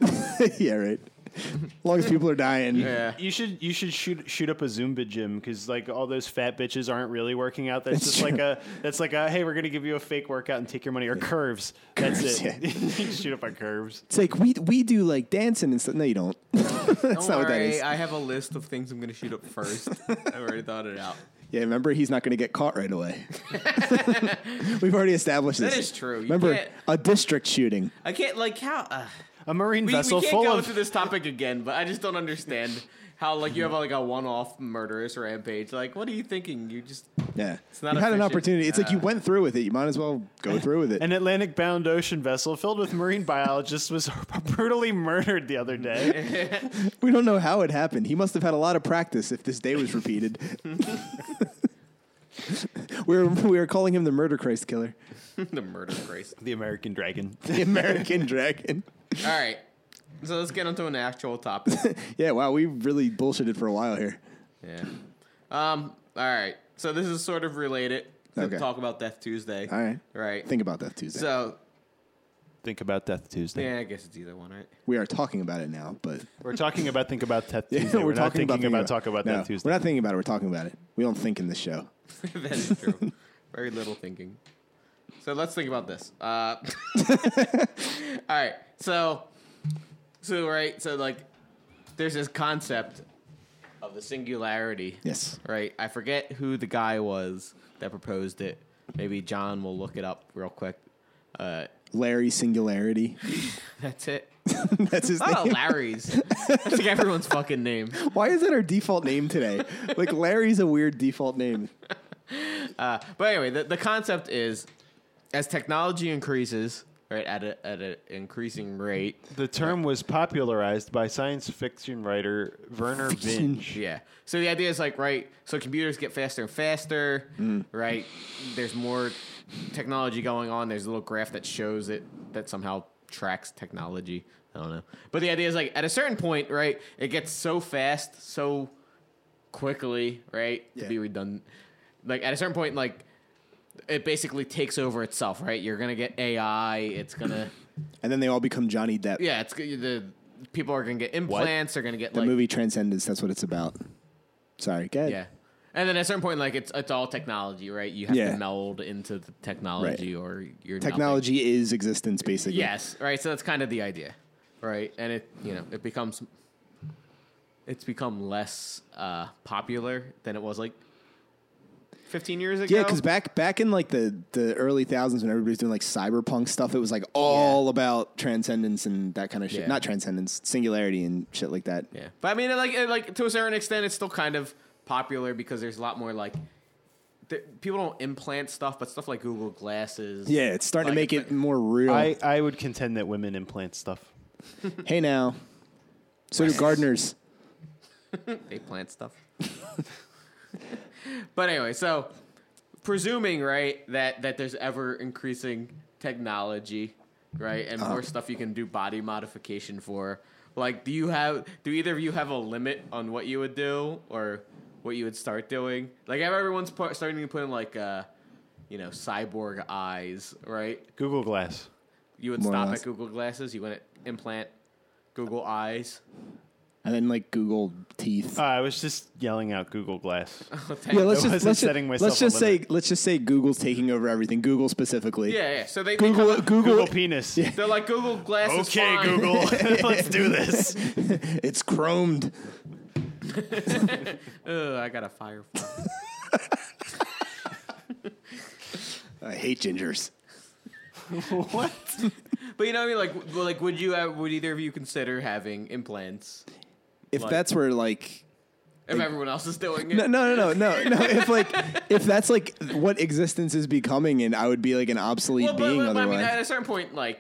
Speaker 3: yeah, right. As long as people are dying.
Speaker 2: Yeah.
Speaker 1: You should you should shoot shoot up a Zumba gym because like all those fat bitches aren't really working out. That's
Speaker 3: It's
Speaker 1: just
Speaker 3: true.
Speaker 1: like a that's like a hey we're gonna give you a fake workout and take your money or curves.
Speaker 3: Curves,
Speaker 1: that's it. shoot up our curves.
Speaker 3: It's like we we do like dancing and stuff. No, you don't. That's
Speaker 2: Don't
Speaker 3: not
Speaker 2: worry,
Speaker 3: what that is.
Speaker 2: I have a list of things I'm going to shoot up first. I've already thought it out.
Speaker 3: yeah, remember he's not gonna get caught right away. We've already established
Speaker 2: That is
Speaker 3: this.
Speaker 2: true. You
Speaker 3: Remember
Speaker 2: can't-
Speaker 3: a district shooting.
Speaker 2: I can't, like, how. Uh,
Speaker 1: A marine
Speaker 2: we, we
Speaker 1: vessel
Speaker 2: can't
Speaker 1: full
Speaker 2: go
Speaker 1: of
Speaker 2: into this topic again, but I just don't understand how, like, you have, like, a one off murderous rampage. Like, what are you thinking? You just.
Speaker 3: Yeah.
Speaker 2: not
Speaker 3: you had
Speaker 2: efficient.
Speaker 3: an opportunity. It's like you
Speaker 2: Uh.
Speaker 3: went through with it. You might as well go through with it.
Speaker 1: an Atlantic bound ocean vessel filled with marine biologists was brutally murdered the other day.
Speaker 3: we don't know how it happened. He must have had a lot of practice if this day was repeated. we were we were calling him the murder Christ killer.
Speaker 2: the murder grace.
Speaker 1: the American dragon.
Speaker 3: The American dragon.
Speaker 2: All right. So let's get onto an actual topic.
Speaker 3: Yeah, wow, we really bullshitted for a while here.
Speaker 2: yeah. Um. All right. So this is sort of related to
Speaker 3: Okay.
Speaker 2: talk about Death Tuesday.
Speaker 3: All right.
Speaker 2: Right.
Speaker 3: Think about that Tuesday.
Speaker 2: so,
Speaker 1: Think about Death Tuesday.
Speaker 2: yeah, I guess it's either one, right?
Speaker 3: we are talking about it now, but
Speaker 1: We're talking about Think About Death Tuesday. we're, not thinking about, Talk About
Speaker 3: no,
Speaker 1: Death Tuesday.
Speaker 3: We're not thinking about it. We're talking about it. We don't think in this show.
Speaker 2: that is true. Very little thinking. So let's think about this. Uh, all right. So, so right. So like, there's this concept of the singularity.
Speaker 3: Yes.
Speaker 2: Right. I forget who the guy was that proposed it. Maybe John will look it up real quick. Uh,
Speaker 3: Larry Singularity.
Speaker 2: that's it.
Speaker 3: That's his
Speaker 2: Oh,
Speaker 3: name.
Speaker 2: Larry's. That's like everyone's fucking name.
Speaker 3: Why is that our default name today? like Larry's a weird default name.
Speaker 2: Uh, but anyway, the, the concept is as technology increases, right, at a, at an increasing rate,
Speaker 1: the term was popularized by science fiction writer Werner Vinge.
Speaker 2: yeah. So the idea is like, right, so computers get faster and faster,
Speaker 3: Mm.
Speaker 2: right? There's more technology going on. There's a little graph that shows it that somehow tracks technology. I don't know. But the idea is like, at a certain point, right, it gets so fast, so quickly, right, to
Speaker 3: Yeah.
Speaker 2: be redundant. Like, at a certain point, like, it basically takes over itself, right? You're going to get AI. It's going to,
Speaker 3: And then they all become Johnny Depp.
Speaker 2: yeah, it's g- the people are going to get implants. They're going to get
Speaker 3: The
Speaker 2: like,
Speaker 3: movie Transcendence, that's what it's about. Sorry, go ahead.
Speaker 2: Yeah. And then at a certain point, like it's it's all technology, right? You have
Speaker 3: Yeah.
Speaker 2: to meld into the technology or you're nothing.
Speaker 3: Technology is existence, basically.
Speaker 2: Yes, right. So that's kind of the idea, right? And it you know it becomes it's become less uh, popular than it was like fifteen years ago.
Speaker 3: Yeah, because back back in like the, the early thousands when everybody was doing like cyberpunk stuff, it was like all about transcendence and that kind of shit.
Speaker 2: Yeah.
Speaker 3: Not transcendence, singularity and shit like that.
Speaker 2: Yeah, but I mean, like, it- like to a certain extent, it's still kind of popular because there's a lot more like th- people don't implant stuff, but stuff like Google Glasses.
Speaker 3: Yeah, it's starting
Speaker 2: Like,
Speaker 3: to make
Speaker 2: it's
Speaker 3: it more real.
Speaker 1: I, I would contend that women implant stuff.
Speaker 3: hey now. So do gardeners.
Speaker 2: they plant stuff. but anyway, so presuming right that that there's ever increasing technology, right, and
Speaker 3: Uh.
Speaker 2: more stuff you can do body modification for. Like, do you have? Do either of you have a limit on what you would do or what you would start doing? Like, have everyone's pu- starting to put in like, uh, you know, cyborg eyes, right?
Speaker 1: Google Glass.
Speaker 2: You would
Speaker 3: More or
Speaker 2: stop
Speaker 3: less.
Speaker 2: at Google glasses. You wouldn't implant Google eyes.
Speaker 3: And then like Google teeth.
Speaker 1: Uh, I was just yelling out Google Glass.
Speaker 3: yeah, let's
Speaker 1: I
Speaker 3: just
Speaker 1: wasn't
Speaker 3: let's just,
Speaker 1: setting myself
Speaker 3: let's just
Speaker 1: a
Speaker 3: say
Speaker 1: limit.
Speaker 3: let's just say Google's taking over everything. Google specifically.
Speaker 2: Yeah, yeah. So they
Speaker 3: Google
Speaker 2: become-
Speaker 1: Google
Speaker 3: Google.
Speaker 1: penis.
Speaker 2: They're like Google Glasses.
Speaker 1: Okay,
Speaker 2: fine.
Speaker 1: Google, let's do this.
Speaker 3: it's chromed.
Speaker 2: Ugh, I got a firefly.
Speaker 3: I hate gingers.
Speaker 1: what?
Speaker 2: but you know what I mean? Like, w- like would you? Uh, would either of you consider having implants
Speaker 3: If
Speaker 2: Like-
Speaker 3: that's where like
Speaker 2: if everyone else is doing it?
Speaker 3: No, no, no, no, no. no. If like, if that's like what existence is becoming, and I would be like an obsolete
Speaker 2: well, but,
Speaker 3: being
Speaker 2: but- but I
Speaker 3: otherwise.
Speaker 2: mean, at a certain point, like,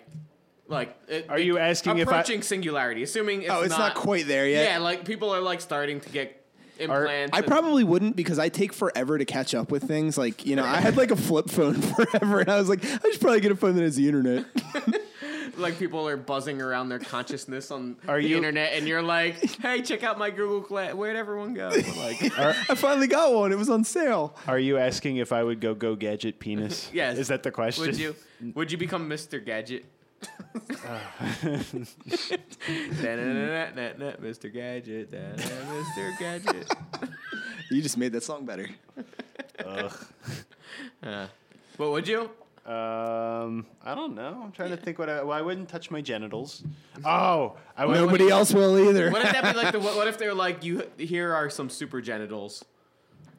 Speaker 2: like, it-
Speaker 1: Are
Speaker 2: it-
Speaker 1: you asking if I-
Speaker 2: approaching singularity? Assuming it's
Speaker 3: oh, it's not, quite there yet.
Speaker 2: Yeah, like people are like starting to get Implants.
Speaker 3: I
Speaker 2: and-
Speaker 3: probably wouldn't because I take forever to catch up with things. Like, you know, I had like a flip phone forever and I was like, I should probably get a phone that has the internet.
Speaker 2: like people are buzzing around their consciousness on
Speaker 1: Are
Speaker 2: the
Speaker 1: you-
Speaker 2: internet, and you're like, "Hey, check out my Google Glass. Where'd everyone go?" Like,
Speaker 3: I finally got one. It was on sale.
Speaker 1: Are you asking if I would go go gadget penis?
Speaker 2: Yes.
Speaker 1: Is that the question?
Speaker 2: would you? Would you become Mr. Gadget? Da-na-na-na-na-na, Mr. Gadget, da-na, Mr. Gadget.
Speaker 3: You just made that song better.
Speaker 2: Uh, but would you?
Speaker 1: Um, I don't know. I'm trying to think what I. Well, I wouldn't touch my genitals. Oh, I would.
Speaker 3: Nobody else will either.
Speaker 2: What if that be like the? What, what if they're like you? Here are some super genitals.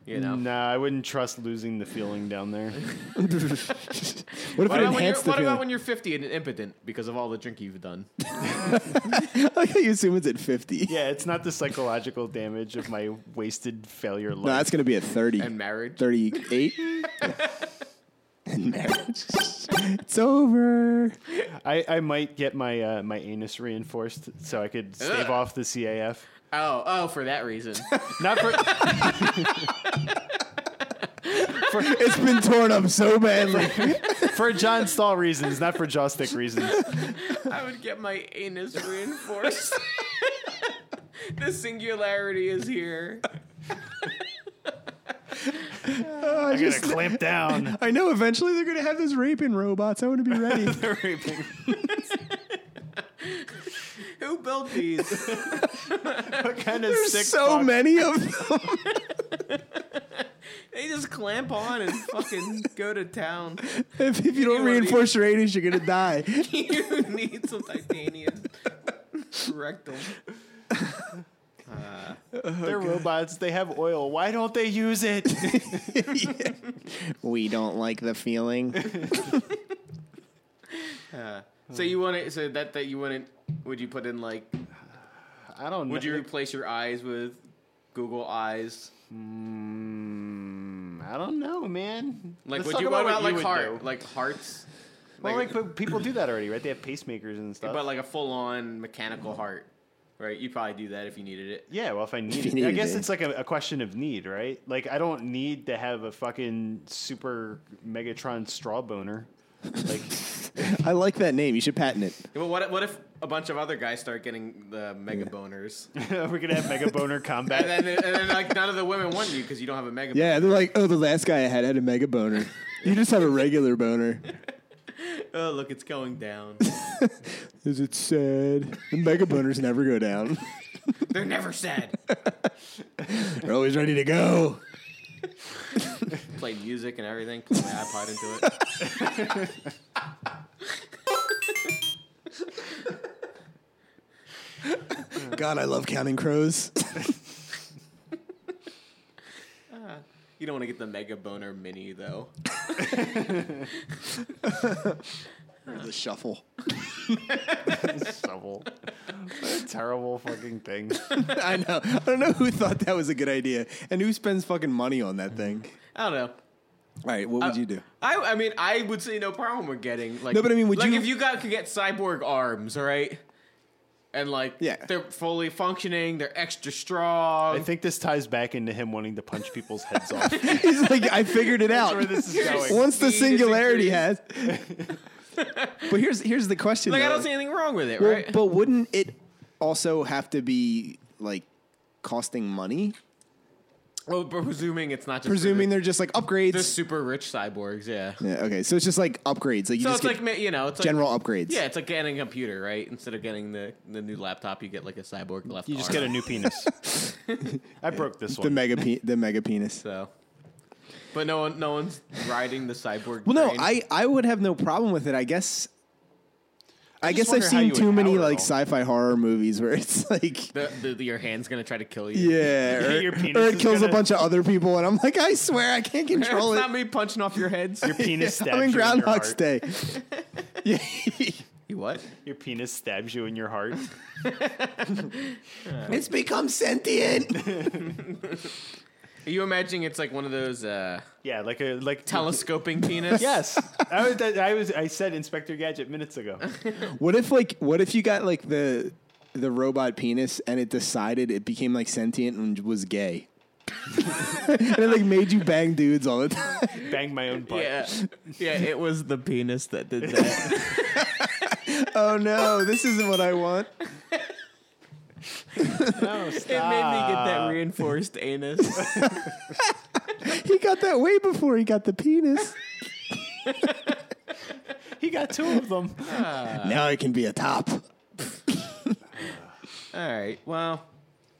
Speaker 2: You know.
Speaker 1: Nah, I wouldn't trust losing the feeling down there.
Speaker 3: What if
Speaker 2: What
Speaker 3: it
Speaker 2: about, when you're,
Speaker 3: enhanced the
Speaker 2: what about
Speaker 3: feeling?
Speaker 2: when you're 50 and impotent because of all the drinking you've done?
Speaker 3: I like how you assume it's at 50.
Speaker 1: yeah, it's not the psychological damage of my wasted failure life.
Speaker 3: No, that's going to be at 30.
Speaker 2: And marriage.
Speaker 3: 38. and marriage. it's over.
Speaker 1: I, I might get my uh, my anus reinforced so I could stave
Speaker 2: Ugh.
Speaker 1: off the CAF.
Speaker 2: Oh, oh, for that reason.
Speaker 1: Not for
Speaker 3: It's been torn up so badly.
Speaker 1: for John Stahl reasons, not for Jostick reasons.
Speaker 2: I would get my anus reinforced. the singularity is here.
Speaker 1: I gotta clamp down.
Speaker 3: Oh, I know eventually they're going to have those raping robots. I want to be ready.
Speaker 2: Who built these?
Speaker 1: What kind of sick
Speaker 3: There's so
Speaker 1: fuck-
Speaker 3: many of them.
Speaker 2: They just clamp on and fucking go to town.
Speaker 3: If, if you
Speaker 2: You
Speaker 3: don't
Speaker 2: already-
Speaker 3: reinforce your anus, you're going to die.
Speaker 2: You need some titanium rectum. Uh,
Speaker 1: They're robots. They have oil. Why don't they use it?
Speaker 3: We don't like the feeling.
Speaker 2: uh, so you want to? So that that you wouldn't? Would you put in like?
Speaker 1: I don't.
Speaker 2: Would
Speaker 1: know.
Speaker 2: you replace your eyes with Google Eyes?
Speaker 1: Mm, I don't know, man.
Speaker 2: Like,
Speaker 1: Let's
Speaker 2: would
Speaker 1: talk
Speaker 2: you? What about
Speaker 1: you
Speaker 2: like
Speaker 1: would
Speaker 2: heart?
Speaker 1: do.
Speaker 2: Like hearts?
Speaker 1: Well, like, but people do that already, right? They have pacemakers and stuff.
Speaker 2: But like a full on mechanical heart, right? You'd probably do that if you needed it.
Speaker 1: yeah, well, if I need
Speaker 3: you
Speaker 1: it, I
Speaker 3: needed
Speaker 1: guess
Speaker 3: it.
Speaker 1: it's like a, a question of need, right? Like, I don't need to have a fucking super Megatron straw boner. Like,
Speaker 3: I like that name. You should patent it.
Speaker 2: Yeah, But what if, what if a bunch of other guys start getting the mega boners, and
Speaker 1: we're gonna have mega boner combat.
Speaker 2: then, and then like none of the women want you because you don't have a mega.
Speaker 3: Yeah, they're like, oh, the last guy I had had a mega boner. You just have a regular boner.
Speaker 2: Oh look, it's going down.
Speaker 3: Is it sad? The mega boners never go down.
Speaker 2: They're never sad.
Speaker 3: They're always ready to go.
Speaker 2: Play music and everything. Plug my iPod into it.
Speaker 3: God, I love counting crows.
Speaker 2: You don't want to get the mega boner mini though.
Speaker 3: Or the shuffle.
Speaker 1: Shovel. What a terrible fucking thing.
Speaker 3: I know. I don't know who thought that was a good idea and who spends fucking money on that thing.
Speaker 2: I don't know.
Speaker 3: All right, what would you do?
Speaker 2: I, I mean, I would say no problem with getting like.
Speaker 3: No, but I mean, would
Speaker 2: like
Speaker 3: you-
Speaker 2: if you got could get cyborg arms, all right, and like
Speaker 3: Yeah.
Speaker 2: they're fully functioning, they're extra strong.
Speaker 1: I think this ties back into him wanting to punch people's heads off. That's
Speaker 3: He's like, I figured it out.
Speaker 1: where this is going.
Speaker 3: Once the
Speaker 2: Speed is
Speaker 3: singularity
Speaker 2: increased.
Speaker 3: has. but here's here's the question.
Speaker 2: like I
Speaker 3: though.
Speaker 2: don't see anything wrong with it,
Speaker 3: Well,
Speaker 2: right?
Speaker 3: But wouldn't it also have to be like costing money?
Speaker 2: Well, but presuming it's not just for
Speaker 3: Presuming
Speaker 2: the,
Speaker 3: they're just like
Speaker 2: the
Speaker 3: upgrades.
Speaker 2: super rich cyborgs, yeah.
Speaker 3: Yeah, okay, so it's just like upgrades. Like you
Speaker 2: So
Speaker 3: just
Speaker 2: it's like
Speaker 3: get
Speaker 2: ma- you know, it's
Speaker 3: general
Speaker 2: Like,
Speaker 3: upgrades.
Speaker 2: yeah, it's like getting a computer, right? Instead of getting the, the new laptop, you get like a cyborg left.
Speaker 1: You just
Speaker 2: arm.
Speaker 1: get a new penis. I broke this
Speaker 3: The
Speaker 1: one.
Speaker 3: mega pe- the mega penis.
Speaker 2: So, but no one, no one's riding the cyborg.
Speaker 3: Well, no,
Speaker 2: train.
Speaker 3: I I would have no problem with it. I guess. I,
Speaker 1: just
Speaker 3: guess I've
Speaker 1: wonder how
Speaker 3: seen
Speaker 1: you
Speaker 3: too many
Speaker 1: empower
Speaker 3: like
Speaker 1: them.
Speaker 3: sci-fi horror movies where it's like.
Speaker 2: The, the, the- your hand's gonna try to kill you.
Speaker 3: Yeah, or,
Speaker 1: Your penis
Speaker 3: or it
Speaker 1: is
Speaker 3: kills a
Speaker 1: gonna-
Speaker 3: bunch of other people, and I'm like, I swear I can't
Speaker 2: it's
Speaker 3: control it.
Speaker 2: not me punching off your heads.
Speaker 1: Your penis stabs
Speaker 3: I'm in
Speaker 1: you in your
Speaker 3: Groundhog's
Speaker 1: heart.
Speaker 3: Day. yeah.
Speaker 2: you what?
Speaker 1: Your penis stabs you in your heart.
Speaker 3: it's become sentient.
Speaker 2: Are you imagining it's like one of those uh,
Speaker 1: Yeah, like a like
Speaker 2: telescoping penis?
Speaker 1: Yes, I was. I was. I said Inspector Gadget minutes ago.
Speaker 3: What if like what if you got like the the robot penis, and it decided it became like sentient and was gay. and it like made you bang dudes all the time.
Speaker 1: Bang my own butt.
Speaker 2: Yeah, yeah. It was the penis that did that.
Speaker 3: Oh no, this isn't what I want.
Speaker 1: No,
Speaker 2: it made me get
Speaker 3: Ah.
Speaker 2: that reinforced anus.
Speaker 3: He got that way before he got the penis.
Speaker 1: He got two of them.
Speaker 3: now it can be a top.
Speaker 2: All right. Well,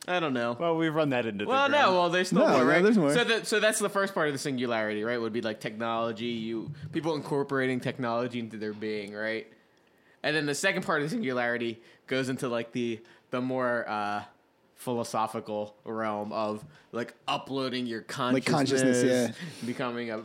Speaker 2: I don't know.
Speaker 1: Well, we've run that into
Speaker 2: Well,
Speaker 1: the
Speaker 2: no.
Speaker 1: ground.
Speaker 2: Well, there's still
Speaker 3: No,
Speaker 2: more,
Speaker 3: no,
Speaker 2: right?
Speaker 3: there's more.
Speaker 2: So, that, so that's the first part of the singularity, right? Would be like technology, you people incorporating technology into their being, right? And then the second part of the singularity goes into like the the more uh, philosophical realm of like uploading your consciousness,
Speaker 3: consciousness,
Speaker 2: becoming a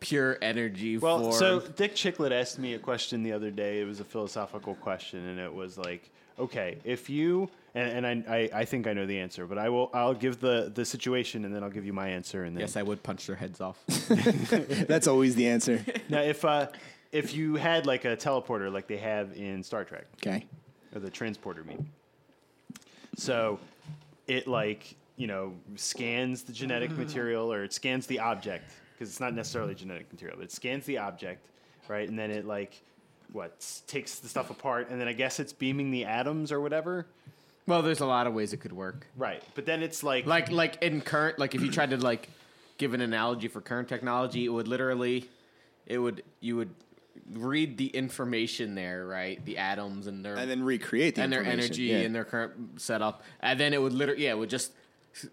Speaker 2: pure energy.
Speaker 1: Well,
Speaker 2: form.
Speaker 1: so Dick Chicklett asked me a question the other day. It was a philosophical question, and it was like, okay, if you and, and I, I, I think I know the answer, but I will I'll give the the situation, and then I'll give you my answer, and then
Speaker 2: yes, I would punch their heads off.
Speaker 3: That's always the answer.
Speaker 1: now if uh if you had like a teleporter like they have in Star Trek
Speaker 3: Okay.
Speaker 1: or the transporter meme, so it like you know scans the genetic
Speaker 2: Mm.
Speaker 1: material or it scans the object because it's not necessarily genetic material but it scans the object right and then it like what s- takes the stuff apart and then i guess it's beaming the atoms or whatever
Speaker 2: well, there's a lot of ways it could work.
Speaker 1: right but then it's like
Speaker 2: like like in current like if you tried to like give an analogy for current technology it would literally it would you would read the information there right the atoms and their
Speaker 3: And then recreate the
Speaker 2: and their
Speaker 3: information.
Speaker 2: energy
Speaker 3: Yeah.
Speaker 2: and their current setup and then it would literally yeah it would just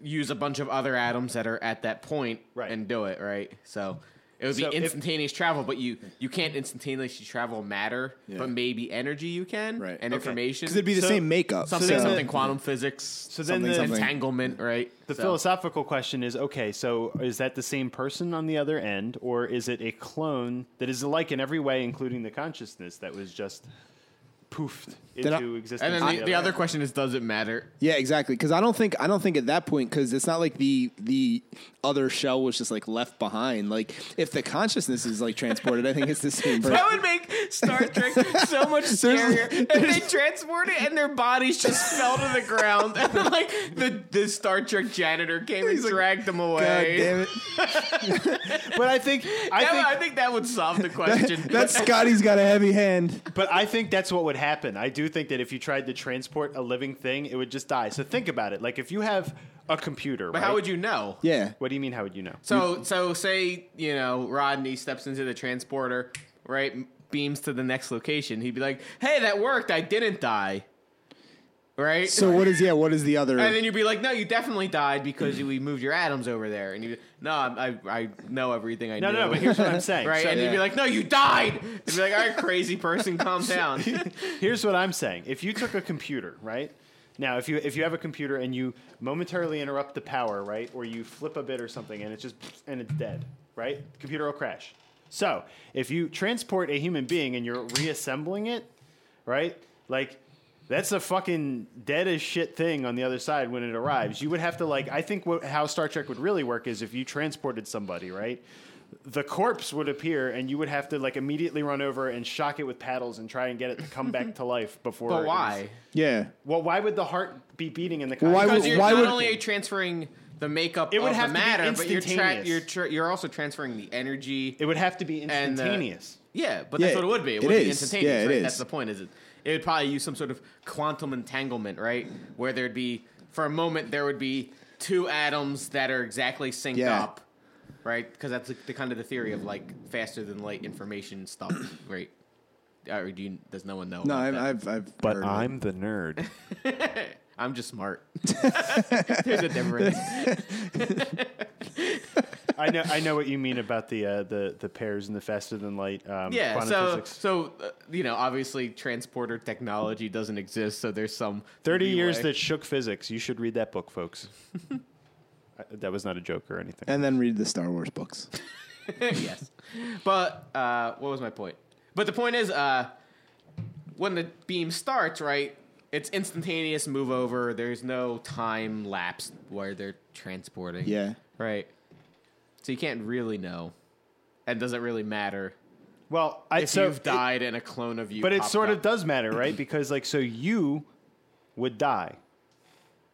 Speaker 2: use a bunch of other atoms that are at that point
Speaker 1: Right.
Speaker 2: and do it right so it would
Speaker 1: So if-
Speaker 2: be instantaneous travel but you you can't instantaneously travel matter but maybe energy you can
Speaker 3: Right.
Speaker 2: and
Speaker 1: Okay.
Speaker 2: information
Speaker 3: 'Cause it'd be the
Speaker 1: So-
Speaker 3: same makeup.
Speaker 2: something
Speaker 3: so-
Speaker 2: something quantum physics
Speaker 1: so then
Speaker 3: something,
Speaker 1: the,
Speaker 3: something.
Speaker 2: entanglement right
Speaker 1: the
Speaker 2: So-
Speaker 1: philosophical question is okay so is that the same person on the other end or is it a clone that is alike in every way including the consciousness that was just poofed
Speaker 3: Then I-
Speaker 1: into existence
Speaker 2: And then
Speaker 1: on
Speaker 2: the, the other
Speaker 1: end?
Speaker 2: question is, does it matter?
Speaker 3: Yeah, exactly. Because I don't think I don't think at that point because it's not like the the other shell was just like left behind. Like if the consciousness is like transported, I think it's the same. person.
Speaker 2: That would make Star Trek so much scarier if they transported and their bodies just fell to the ground and like the, the Star Trek janitor came and
Speaker 3: like,
Speaker 2: dragged them away.
Speaker 3: God damn it!
Speaker 1: but i think i
Speaker 2: That-
Speaker 1: think
Speaker 2: I think that would solve the question.
Speaker 3: That Scotty's got a heavy hand.
Speaker 1: But I think that's what would happen. I do think that if you tried to transport a living thing, it would just die. So think about it. Like if you have a computer,
Speaker 2: but how would you know?
Speaker 3: Yeah,
Speaker 1: What do you mean? How would you know?
Speaker 2: So so say you know Rodney steps into the transporter, right? Beams to the next location. He'd be like, "Hey, that worked. I didn't die." Right.
Speaker 3: So what is yeah? What is the other?
Speaker 2: And then you'd be like, no, you definitely died because you- we moved your atoms over there. And you, no, I, I, I know everything I
Speaker 1: No,
Speaker 2: knew.
Speaker 1: no. But here's what I'm saying.
Speaker 2: right?
Speaker 1: So
Speaker 2: and you'd be
Speaker 3: Yeah.
Speaker 2: like, no, you died. And be like, all right, crazy person, calm down.
Speaker 1: here's what I'm saying. If you took a computer, right? Now, if you if you have a computer and you momentarily interrupt the power, right, or you flip a bit or something, and it's just and it's dead, right? Computer will crash. So if you transport a human being and you're reassembling it, right? Like that's a fucking dead as shit thing on the other side when it arrives. You would have to like I think what, how Star Trek would really work is if you transported somebody, right? The corpse would appear and you would have to like immediately run over and shock it with paddles and try and get it to come back to life before it
Speaker 2: But
Speaker 1: was-
Speaker 2: why?
Speaker 3: yeah,
Speaker 1: well, why would the heart be beating in the
Speaker 3: Well, why
Speaker 1: conscious-
Speaker 2: Because
Speaker 3: would-
Speaker 2: you're
Speaker 3: why
Speaker 2: not
Speaker 3: would-
Speaker 2: only transferring the makeup
Speaker 1: It would
Speaker 2: of
Speaker 1: have to
Speaker 2: the
Speaker 1: be
Speaker 2: matter, but you're, tra-
Speaker 1: instantaneous.
Speaker 2: you're, tra- you're also transferring the energy.
Speaker 1: it would have to be
Speaker 2: And, uh,
Speaker 1: instantaneous.
Speaker 2: yeah, but that's
Speaker 3: Yeah,
Speaker 2: what it would be. It,
Speaker 3: it
Speaker 2: would be
Speaker 3: is.
Speaker 2: instantaneous,
Speaker 3: Yeah, it
Speaker 2: right?
Speaker 3: is.
Speaker 2: That's the point, is it? It would probably use some sort of quantum entanglement, right? Where there'd be, for a moment, there would be two atoms that are exactly synced
Speaker 3: Yeah.
Speaker 2: up, right? Because that's the, the kind of the theory of like faster than light information stuff, right? Uh, Or do you, does no one know?
Speaker 3: no,
Speaker 2: about
Speaker 3: I've,
Speaker 2: that?
Speaker 3: I've, I've heard of it.
Speaker 1: the nerd.
Speaker 2: I'm just smart. There's a difference.
Speaker 1: I know. I know what you mean about the uh, the the pairs and the faster than light. Um,
Speaker 2: Yeah,
Speaker 1: quantum
Speaker 2: so
Speaker 1: physics.
Speaker 2: so uh, you know, obviously, transporter technology doesn't exist, so there's some
Speaker 1: 30 years
Speaker 2: leeway.
Speaker 1: that shook physics. You should read that book, folks. I- that was not a joke or anything.
Speaker 3: and then read the Star Wars books.
Speaker 2: yes. But uh, what was my point? But the point is, uh, when the beam starts, right, it's instantaneous move over. There's no time lapse where they're transporting.
Speaker 3: Yeah,
Speaker 2: Right. So you can't really know. And doesn't really matter
Speaker 1: Well, I,
Speaker 2: if
Speaker 1: so
Speaker 2: you've died and a clone of you.
Speaker 1: but it
Speaker 2: popped
Speaker 1: sort
Speaker 2: up.
Speaker 1: of does matter, right? Because like, so you would die.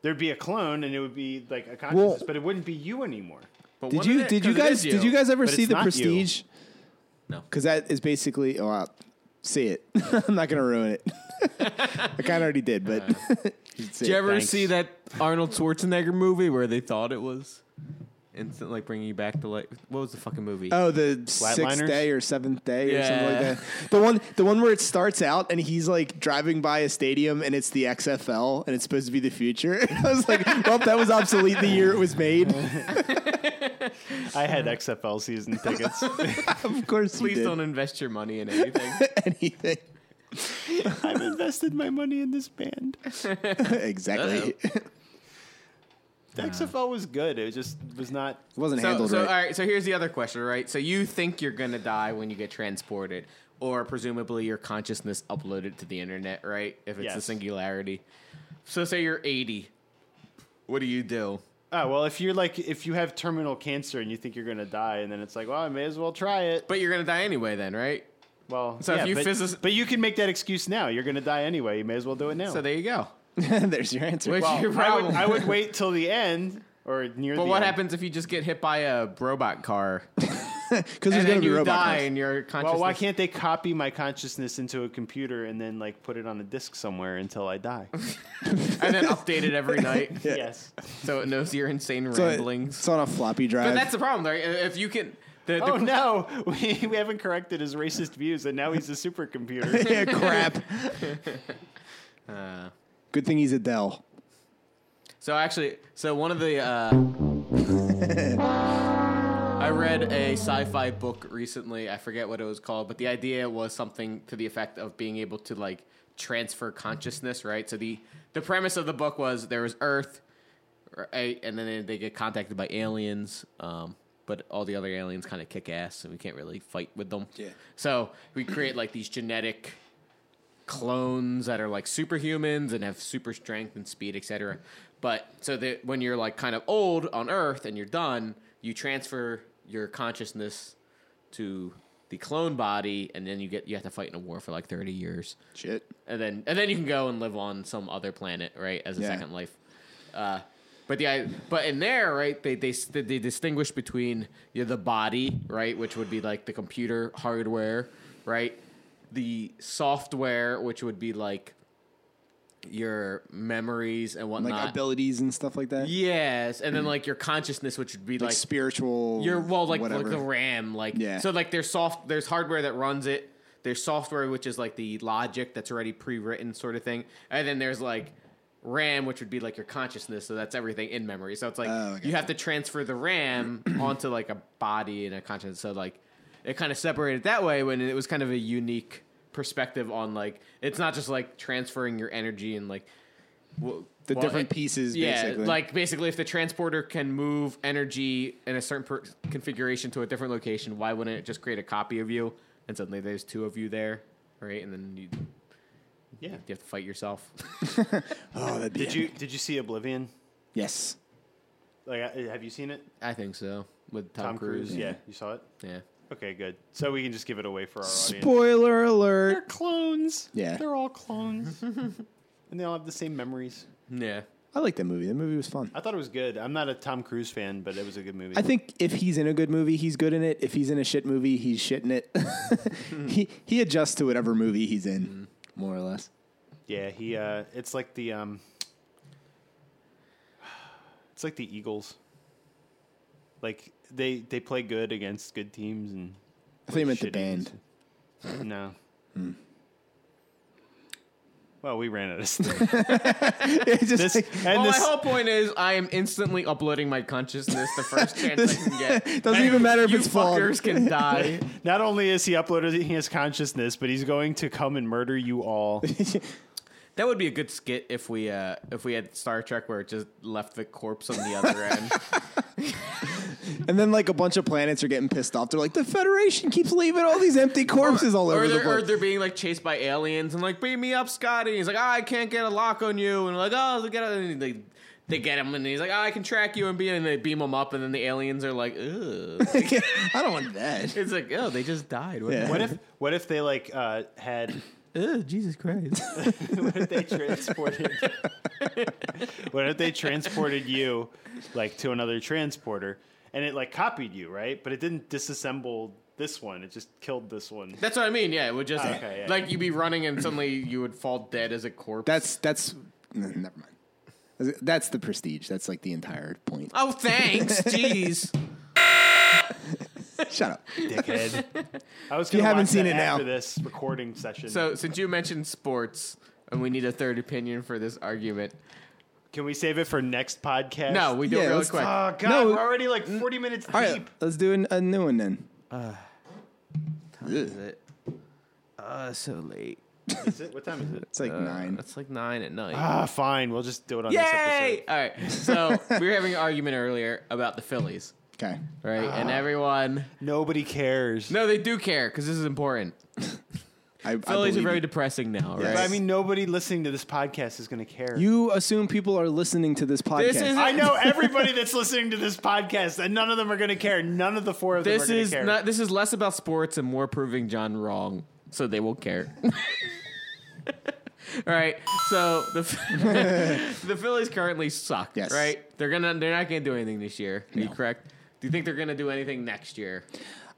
Speaker 1: There'd be a clone, and it would be like a consciousness,
Speaker 3: Well-
Speaker 1: but it wouldn't be you anymore.
Speaker 2: But
Speaker 3: Did
Speaker 2: one
Speaker 3: you
Speaker 2: of the-
Speaker 3: did you
Speaker 2: 'cause it
Speaker 3: guys
Speaker 2: is
Speaker 3: did you guys ever
Speaker 1: But
Speaker 3: see
Speaker 1: it's
Speaker 3: The
Speaker 1: not you.
Speaker 3: Prestige?
Speaker 2: No.
Speaker 3: because that is basically oh, I'll see it. I'm not gonna ruin it. I kind of already did, but you should see
Speaker 2: Did you
Speaker 3: it.
Speaker 2: ever
Speaker 1: Thanks.
Speaker 2: see that Arnold Schwarzenegger movie where they thought it was instant, like bringing you back to life? What was the fucking movie?
Speaker 3: Oh, the sixth
Speaker 1: Flatliners?
Speaker 3: day or seventh day or something
Speaker 2: Yeah.
Speaker 3: like that. The one, the one where it starts out and he's like driving by a stadium and it's the XFL and it's supposed to be the future. I was like, well, that was obsolete the year it was made.
Speaker 1: I had XFL season tickets.
Speaker 3: of course,
Speaker 2: Please
Speaker 3: you did.
Speaker 2: don't invest your money in anything.
Speaker 3: anything.
Speaker 1: I've invested my money in this band.
Speaker 3: exactly. it
Speaker 1: The XFL was good. It just was not.
Speaker 3: wasn't
Speaker 2: so,
Speaker 3: handled
Speaker 2: so
Speaker 3: right.
Speaker 2: all right. So here's the other question, right? So you think you're gonna die when you get transported, or presumably your consciousness uploaded to the internet, right? If it's the
Speaker 1: Yes.
Speaker 2: singularity. So say you're 80. What do you do?
Speaker 1: Oh well, if you're like, if you have terminal cancer and you think you're gonna die, and then it's like, well, I may as well try it.
Speaker 2: But you're gonna die anyway, then, right?
Speaker 1: Well,
Speaker 2: So if you
Speaker 1: but,
Speaker 2: physis-
Speaker 1: but you can make that excuse now. You're gonna die anyway. You may as well do it now.
Speaker 2: So there you go.
Speaker 3: There's your answer.
Speaker 2: Which-
Speaker 1: Well,
Speaker 2: your
Speaker 1: I would,
Speaker 2: problem.
Speaker 1: I would wait till the end or near.
Speaker 2: But
Speaker 1: the
Speaker 2: what
Speaker 1: end.
Speaker 2: happens if you just get hit by a robot car
Speaker 3: Because there's
Speaker 2: and
Speaker 3: gonna
Speaker 2: then
Speaker 3: be
Speaker 2: you
Speaker 3: robot
Speaker 2: die
Speaker 3: cars.
Speaker 2: and your consciousness?
Speaker 1: Well, why can't they copy my consciousness into a computer and then like put it on a disk somewhere until I die?
Speaker 2: and then update it every night
Speaker 1: yes.
Speaker 2: so it knows your insane
Speaker 3: So it-
Speaker 2: ramblings.
Speaker 3: It's on a floppy drive.
Speaker 2: but that's the problem, right? If you can, the, the,
Speaker 1: Oh no, we, we haven't corrected his racist views, and now he's a supercomputer.
Speaker 3: yeah, crap.
Speaker 2: Uh,
Speaker 3: Good thing he's Adele.
Speaker 2: So actually, so one of the uh, I read a sci-fi book recently. I forget what it was called, but the idea was something to the effect of being able to like transfer consciousness, right? So the the premise of the book was there was Earth, right, and then they- they get contacted by aliens. Um, but all the other aliens kind of kick ass, and we can't really fight with them.
Speaker 3: Yeah.
Speaker 2: So we create like these genetic clones that are like superhumans and have super strength and speed, etc. But so that when you're like kind of old on Earth and you're done, you transfer your consciousness to the clone body, and then you get you have to fight in a war for like thirty years,
Speaker 3: Shit.
Speaker 2: and then and then you can go and live on some other planet, right, as a
Speaker 3: Yeah.
Speaker 2: second life. Uh, but the I, but in there, right, they they s- they distinguish between you know, the body, right, which would be like the computer hardware, right, the software, which would be like your memories and
Speaker 3: Like Mm-hmm.
Speaker 2: whatnot.
Speaker 3: abilities and stuff like that.
Speaker 2: yes, and then like your consciousness, which would be
Speaker 3: Like,
Speaker 2: like
Speaker 3: spiritual.
Speaker 2: your well, like, like
Speaker 3: whatever.
Speaker 2: the RAM, like
Speaker 3: Yeah.
Speaker 2: so, like there's soft, there's hardware that runs it. There's software which is like the logic that's already pre-written sort of thing, and then there's like RAM, which would be like your consciousness. So that's everything in memory. So it's like
Speaker 3: Oh, I got
Speaker 2: you have to transfer the RAM onto like a body and a consciousness. So like it kind of separated that way when it was kind of a unique perspective on like it's not just like transferring your energy and like w-
Speaker 3: The
Speaker 2: well,
Speaker 3: different
Speaker 2: it-
Speaker 3: pieces,
Speaker 2: yeah,
Speaker 3: basically.
Speaker 2: like basically, if the transporter can move energy in a certain per- configuration to a different location, why wouldn't it just create a copy of you? And suddenly, there's two of you there, right? And then you,
Speaker 1: yeah.
Speaker 2: you have to fight yourself.
Speaker 3: Oh, that'd be
Speaker 1: Did
Speaker 3: epic.
Speaker 1: you did you see Oblivion?
Speaker 3: Yes.
Speaker 1: Like, I- have you seen it?
Speaker 2: I think so. With Tom,
Speaker 1: Tom Cruise.
Speaker 2: Cruise,
Speaker 1: Yeah. you saw it.
Speaker 2: yeah.
Speaker 1: Okay, good. So we can just give it away for our audience.
Speaker 3: Spoiler alert.
Speaker 1: They're clones.
Speaker 3: Yeah.
Speaker 1: They're all clones. and they all have the same memories.
Speaker 2: yeah,
Speaker 3: I like that movie. That movie was fun.
Speaker 1: I thought it was good. I'm not a Tom Cruise fan, but it was a good movie.
Speaker 3: I think if he's in a good movie, he's good in it. If he's in a shit movie, he's shitting it.
Speaker 2: Mm-hmm.
Speaker 3: he he adjusts to whatever movie he's in, more or less.
Speaker 1: yeah, he uh it's like the um it's like the Eagles. Like they they play good against good teams and
Speaker 3: I thought you meant the
Speaker 1: shitty
Speaker 3: band. Hmm.
Speaker 1: teams. No. Well, we ran out of stuff.
Speaker 3: It's just
Speaker 1: This,
Speaker 3: like-
Speaker 1: and
Speaker 2: well,
Speaker 1: this,
Speaker 2: my whole point is, I am instantly uploading my consciousness the first chance I can get.
Speaker 3: Doesn't
Speaker 2: And
Speaker 3: even matter if
Speaker 2: you
Speaker 3: it's flawed.
Speaker 2: fuckers can die.
Speaker 1: Not only is he uploading his consciousness, but he's going to come and murder you all.
Speaker 2: That would be a good skit if we uh if we had Star Trek where it just left the corpse on the other end.
Speaker 3: and then like a bunch of planets are getting pissed off. They're like, the Federation keeps leaving all these empty corpses all over
Speaker 2: or
Speaker 3: the
Speaker 2: they're, or
Speaker 3: place.
Speaker 2: they're being like chased by aliens and like beat me up, Scotty. He's like, "Ah, I can't get a lock on you, and like, oh, get out. And they they get him, and he's like, "Ah, I can track you and be, and they beam him up, and then the aliens are like, ugh.
Speaker 3: I don't want that.
Speaker 2: it's like, oh, they just died. What
Speaker 3: Yeah.
Speaker 1: What if what if they like uh, had
Speaker 2: oh, Jesus Christ.
Speaker 1: what if they transported? what if they transported you, like to another transporter, and it like copied you, right? But it didn't disassemble this one; it just killed this one.
Speaker 2: That's what I mean. Yeah, it would just
Speaker 1: Oh, okay, yeah.
Speaker 2: like you'd be running and suddenly you would fall dead as a corpse.
Speaker 3: That's that's no, never mind. That's the prestige. That's like the entire point.
Speaker 2: oh, thanks. Jeez.
Speaker 3: Shut up.
Speaker 1: Dickhead. I was. Gonna
Speaker 3: haven't
Speaker 1: watch
Speaker 3: seen
Speaker 1: that
Speaker 3: it now.
Speaker 1: after this recording session.
Speaker 2: So since you mentioned sports and we need a third opinion for this argument,
Speaker 1: can we save it for next podcast?
Speaker 2: no, we do
Speaker 3: Yeah,
Speaker 2: it really
Speaker 3: let's-
Speaker 2: quick.
Speaker 1: Oh God,
Speaker 3: No. Mm.
Speaker 1: we're already like forty minutes deep.
Speaker 3: All right, let's do an, a new one then.
Speaker 2: is it? Uh, so late.
Speaker 1: Is it? What time is it?
Speaker 3: It's like nine.
Speaker 2: Uh, That's like nine at night.
Speaker 1: Ah, fine. We'll just do it on this
Speaker 2: Yay!
Speaker 1: episode.
Speaker 2: All right. So we were having an argument earlier about the Phillies,
Speaker 3: Okay.
Speaker 2: right? and everyone,
Speaker 1: Nobody cares.
Speaker 2: no, they do care because this is important.
Speaker 3: I,
Speaker 2: Phillies
Speaker 3: I
Speaker 2: are
Speaker 3: believe
Speaker 2: very
Speaker 3: you.
Speaker 2: depressing now, right?
Speaker 1: But I mean, nobody listening to this podcast is going to care.
Speaker 3: You assume people are listening to this podcast.
Speaker 2: is-
Speaker 1: I know everybody that's listening to this podcast, and none of them are going to care. None of the four of them are
Speaker 2: this
Speaker 1: going to
Speaker 2: is
Speaker 1: care.
Speaker 2: not. This is less about sports and more proving John wrong, so they will care. All right. So the the Phillies currently suck.
Speaker 3: Yes.
Speaker 2: Right. They're gonna. They're not gonna do anything this year. Are you correct? Do you think they're gonna do anything next year?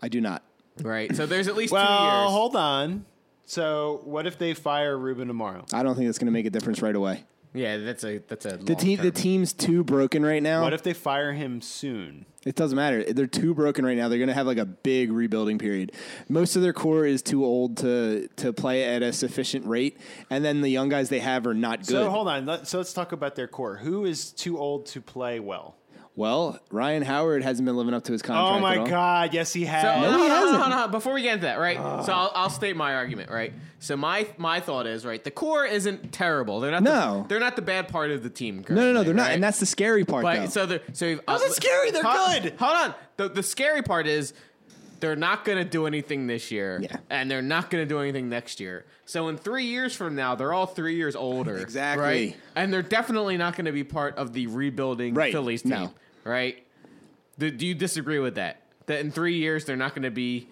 Speaker 3: I do not.
Speaker 2: Right. So there's at least two
Speaker 1: well,
Speaker 2: years.
Speaker 1: hold on. So, what if they fire Ruben tomorrow?
Speaker 3: I don't think that's going to make a difference right away.
Speaker 2: yeah. That's a. That's a.
Speaker 3: The team, the team's too broken right now.
Speaker 1: What if they fire him soon?
Speaker 3: It doesn't matter. They're too broken right now. They're going to have like a big rebuilding period. Most of their core is too old to to play at a sufficient rate, and then the young guys they have are not good.
Speaker 1: So, hold on. Let, so, let's talk about their core. Who is too old to play well?
Speaker 3: well, Ryan Howard hasn't been living up to his contract.
Speaker 1: Oh,
Speaker 3: at all.
Speaker 1: my God. Yes, he has.
Speaker 2: So, uh, hold on,
Speaker 3: he
Speaker 2: hold on,
Speaker 3: hasn't.
Speaker 2: hold on, hold on. Before we get into that, right? so I'll, I'll state my argument, right? So my my thought is, right, the core isn't terrible. They're not
Speaker 3: No.
Speaker 2: the, they're not the bad part of the team.
Speaker 3: No, no, no,
Speaker 2: currently,
Speaker 3: they're not,
Speaker 2: right?
Speaker 3: and that's the scary part.
Speaker 2: but
Speaker 3: though.
Speaker 2: so they're so you've,
Speaker 1: How's it scary? They're
Speaker 2: hold,
Speaker 1: good.
Speaker 2: Hold on. The the scary part is they're not going to do anything this year,
Speaker 3: Yeah.
Speaker 2: and they're not going to do anything next year. So in three years from now, they're all three years older,
Speaker 3: Exactly.
Speaker 2: right? And they're definitely not going to be part of the rebuilding
Speaker 3: Right.
Speaker 2: Phillies team,
Speaker 3: No.
Speaker 2: right? Do, do you disagree with that? That in three years they're not going to be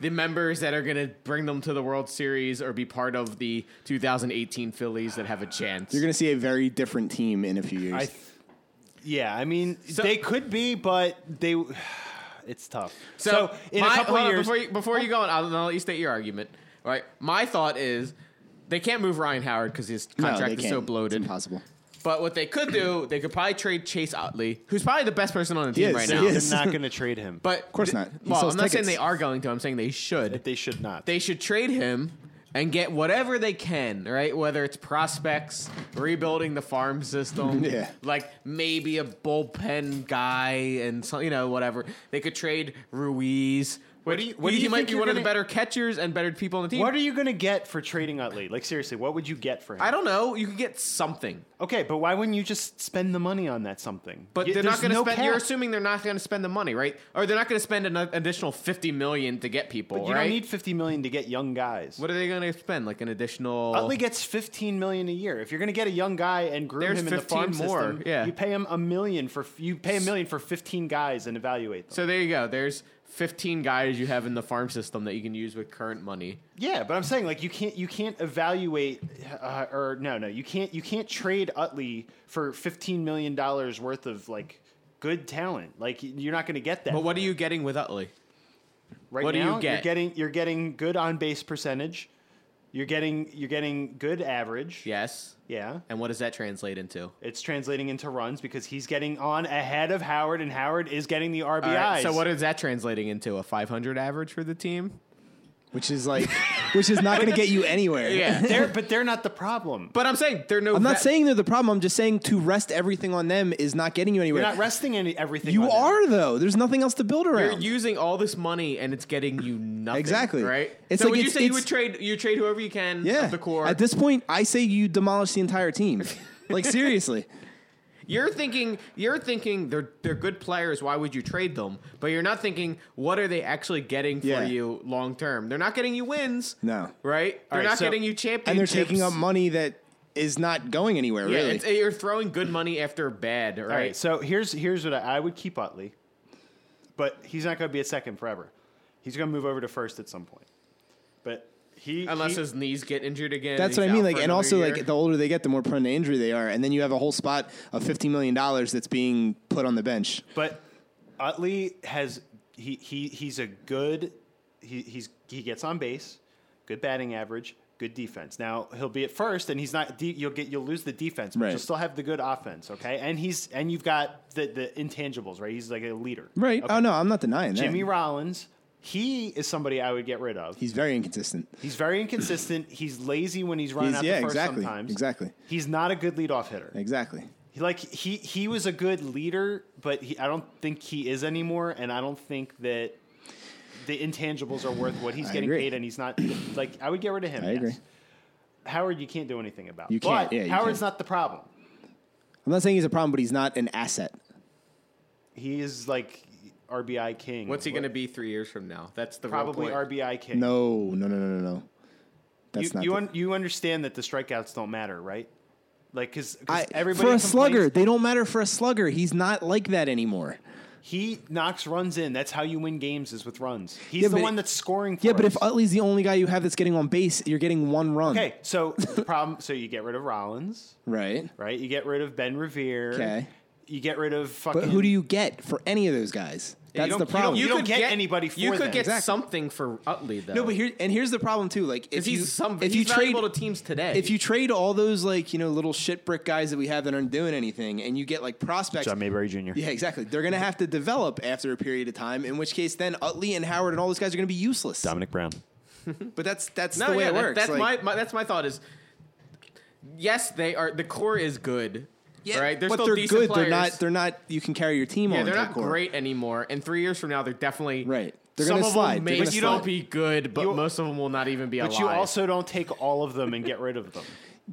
Speaker 2: the members that are going to bring them to the World Series or be part of the 2018 Phillies that have a chance.
Speaker 3: You're going to see a very different team in a few years.
Speaker 1: I th- yeah, I mean,
Speaker 2: So-
Speaker 1: they could be, but they. It's tough. So,
Speaker 2: So,
Speaker 1: in
Speaker 2: my-
Speaker 1: a couple
Speaker 2: hold on,
Speaker 1: years,
Speaker 2: before you, before you go on, I'll, I'll let you state your argument. All right, my thought is they can't move Ryan Howard because his
Speaker 3: No,
Speaker 2: contract
Speaker 3: they
Speaker 2: is
Speaker 3: can't.
Speaker 2: so
Speaker 3: It's
Speaker 2: bloated.
Speaker 3: impossible.
Speaker 2: But what they could do, they could probably trade Chase Utley, who's probably the best person on the team
Speaker 3: is,
Speaker 2: right
Speaker 3: he
Speaker 2: now.
Speaker 3: is.
Speaker 1: they're not going to trade him.
Speaker 2: But of
Speaker 3: course not. He
Speaker 2: Well,
Speaker 3: sells
Speaker 2: I'm not saying
Speaker 3: tickets.
Speaker 2: they are going to. I'm saying they should.
Speaker 1: they should not.
Speaker 2: They should trade him and get whatever they can, right? Whether it's prospects, rebuilding the farm system,
Speaker 3: Yeah.
Speaker 2: like maybe a bullpen guy and so, you know whatever. They could trade Ruiz. What
Speaker 1: do you- what do
Speaker 2: he
Speaker 1: you
Speaker 2: might
Speaker 1: think
Speaker 2: be
Speaker 1: you're
Speaker 2: one of the
Speaker 1: gonna-
Speaker 2: better catchers and better people on the team.
Speaker 1: What are you going to get for trading Utley? Like seriously, what would you get for him?
Speaker 2: I don't know. You could get something,
Speaker 1: okay, but why wouldn't you just spend the money on that something?
Speaker 2: but
Speaker 1: Y-
Speaker 2: they're not
Speaker 1: there's
Speaker 2: going to
Speaker 1: no
Speaker 2: spend.
Speaker 1: cap.
Speaker 2: You're assuming they're not going to spend the money, right? Or they're not going to spend an additional fifty million to get people,
Speaker 1: But you
Speaker 2: right?
Speaker 1: don't need 50 million to get young guys.
Speaker 2: what are they going to spend? Like an additional.
Speaker 1: Utley gets 15 million a year. If you're going to get a young guy and groom
Speaker 2: There's
Speaker 1: him in the
Speaker 2: 15
Speaker 1: farm
Speaker 2: more,
Speaker 1: system,
Speaker 2: yeah.
Speaker 1: you pay him a million for you pay a million for 15 guys and evaluate them.
Speaker 2: So there you go. There's 15 guys you have in the farm system that you can use with current money.
Speaker 1: Yeah, but I'm saying like you can't you can't evaluate uh, or no no you can't you can't trade Utley for 15 million dollars worth of like good talent. Like y- you're not going to get that.
Speaker 2: But what are you getting with Utley?
Speaker 1: right
Speaker 2: what do you
Speaker 1: now? You're
Speaker 2: get?
Speaker 1: getting you're getting good on base percentage. You're getting you're getting good average.
Speaker 2: Yes.
Speaker 1: Yeah.
Speaker 2: And what does that translate into?
Speaker 1: It's translating into runs because he's getting on ahead of Howard and Howard is getting the RBIs.
Speaker 2: All right, so what is that translating into? A 500 average for the team?
Speaker 3: Which is like, which is not going to get you anywhere.
Speaker 1: they're, but they're not the problem.
Speaker 2: but I'm saying they're no.
Speaker 3: I'm not
Speaker 2: vet-
Speaker 3: saying they're the problem. I'm just saying to rest everything on them is not getting you anywhere.
Speaker 1: You're not resting any everything.
Speaker 3: You
Speaker 1: on him.
Speaker 3: are though. There's nothing else to build
Speaker 2: You're
Speaker 3: around.
Speaker 2: using all this money and it's getting you nothing.
Speaker 3: Exactly.
Speaker 2: Right.
Speaker 3: It's
Speaker 2: so
Speaker 3: like
Speaker 2: would you
Speaker 3: it's-
Speaker 2: say you
Speaker 3: it's-
Speaker 2: would trade you trade whoever you can
Speaker 3: yeah.
Speaker 2: of the core.
Speaker 3: At this point, I say you demolish the entire team. like seriously.
Speaker 2: You're thinking you're thinking they're they're good players. Why would you trade them? But you're not thinking what are they actually getting for
Speaker 3: Yeah.
Speaker 2: you long term? They're not getting you wins.
Speaker 3: No.
Speaker 2: right? They're
Speaker 1: right,
Speaker 2: not
Speaker 1: so-
Speaker 2: getting you
Speaker 3: And they're
Speaker 2: championships.
Speaker 3: taking up money that is not going anywhere.
Speaker 2: Yeah,
Speaker 3: really.
Speaker 2: it's, uh, you're throwing good money after bad, right?
Speaker 1: All right. So here's here's what I, I would keep Utley, but he's not going to be a second forever. He's going to move over to first at some point. But He
Speaker 2: Unless
Speaker 1: he,
Speaker 2: his knees get injured again.
Speaker 3: That's
Speaker 2: he's
Speaker 3: what I mean.
Speaker 2: out
Speaker 3: Like,
Speaker 2: for
Speaker 3: and
Speaker 2: another
Speaker 3: also
Speaker 2: year.
Speaker 3: like the older they get, the more prone to injury they are, and then you have a whole spot of fifteen million dollars that's being put on the bench.
Speaker 1: But Utley has he, he he's a good he he's he gets on base, good batting average, good defense. Now he'll be at first, and he's not. De- you'll get you'll lose the defense, but
Speaker 3: Right.
Speaker 1: you'll still have the good offense. Okay, and he's and you've got the the intangibles, right? He's like a leader,
Speaker 3: Right?
Speaker 1: Okay.
Speaker 3: Oh no, I'm not denying that.
Speaker 1: Jimmy Rollins. He is somebody I would get rid of.
Speaker 3: He's very inconsistent.
Speaker 1: He's very inconsistent. He's lazy when he's running
Speaker 3: He's-
Speaker 1: out
Speaker 3: yeah,
Speaker 1: the first
Speaker 3: exactly,
Speaker 1: sometimes.
Speaker 3: exactly.
Speaker 1: He's not a good leadoff hitter.
Speaker 3: Exactly.
Speaker 1: He- like he he was a good leader, but he, I don't think he is anymore, and I don't think that the intangibles are worth what he's
Speaker 3: I
Speaker 1: getting
Speaker 3: agree.
Speaker 1: paid, and he's not. Like I would get rid of him.
Speaker 3: I
Speaker 1: yes.
Speaker 3: agree.
Speaker 1: Howard, you can't do anything about.
Speaker 3: You can't,
Speaker 1: But
Speaker 3: yeah, you
Speaker 1: Howard's
Speaker 3: can't.
Speaker 1: not the problem.
Speaker 3: I'm not saying he's a problem, but he's not an asset.
Speaker 1: He is like RBI king.
Speaker 2: What's he
Speaker 1: What-
Speaker 2: going to be three years from now? That's the real
Speaker 1: Probably
Speaker 2: point.
Speaker 1: RBI king.
Speaker 3: No, no, no, no, no, no. That's
Speaker 1: you
Speaker 3: not.
Speaker 1: you,
Speaker 3: the-
Speaker 1: un- you understand that the strikeouts don't matter, right? Like because
Speaker 3: I,
Speaker 1: everybody
Speaker 3: for a
Speaker 1: complains-
Speaker 3: slugger, they don't matter for a slugger. He's not like that anymore.
Speaker 1: He knocks runs in. That's how you win games is with runs. He's
Speaker 3: Yeah,
Speaker 1: the
Speaker 3: but-
Speaker 1: one that's scoring. For
Speaker 3: Yeah, but
Speaker 1: us.
Speaker 3: if Utley's the only guy you have that's getting on base, you're getting one run.
Speaker 1: okay, so the problem. So you get rid of Rollins,
Speaker 3: Right.
Speaker 1: right? You get rid of Ben Revere.
Speaker 3: Okay.
Speaker 1: You get rid of fucking.
Speaker 3: But who do you get for any of those guys? That's
Speaker 1: don't-
Speaker 3: the
Speaker 1: you don't-
Speaker 3: problem.
Speaker 1: you don't get anybody
Speaker 2: You
Speaker 1: for
Speaker 2: could
Speaker 1: them.
Speaker 2: get
Speaker 3: Exactly.
Speaker 2: something for Utley though.
Speaker 3: No, but here and here's the problem too. Like if
Speaker 2: if
Speaker 3: you
Speaker 2: he's some,
Speaker 3: if
Speaker 2: he's
Speaker 3: you trade
Speaker 2: valuable to teams today.
Speaker 3: if you trade all those like you know little shit brick guys that we have that aren't doing anything, and you get like prospects.
Speaker 1: John Mayberry Jr.
Speaker 3: yeah, exactly. They're gonna have to develop after a period of time. In which case, then Utley and Howard and all those guys are gonna be useless.
Speaker 1: Dominic Brown.
Speaker 3: But that's that's
Speaker 2: no,
Speaker 3: the way
Speaker 2: yeah,
Speaker 3: it
Speaker 2: that-
Speaker 3: works.
Speaker 2: that's
Speaker 3: Like,
Speaker 2: my, my that's my thought is. Yes, they are. The core is good.
Speaker 3: yeah,
Speaker 2: right. They're
Speaker 3: but
Speaker 2: still
Speaker 3: they're
Speaker 2: decent
Speaker 3: good.
Speaker 2: Players.
Speaker 3: They're not. They're not. You can carry your team
Speaker 2: yeah,
Speaker 3: on.
Speaker 2: they're
Speaker 3: type
Speaker 2: not
Speaker 3: core.
Speaker 2: great anymore. And three years from now, they're definitely
Speaker 3: Right. They're
Speaker 1: Some
Speaker 3: gonna
Speaker 1: of them
Speaker 3: slide.
Speaker 1: may-
Speaker 3: They're
Speaker 2: But
Speaker 3: gonna
Speaker 2: you don't
Speaker 3: slide.
Speaker 2: be good. But
Speaker 1: You-
Speaker 2: most of them will not even be
Speaker 1: But
Speaker 2: alive.
Speaker 1: you also don't take all of them and get rid of them.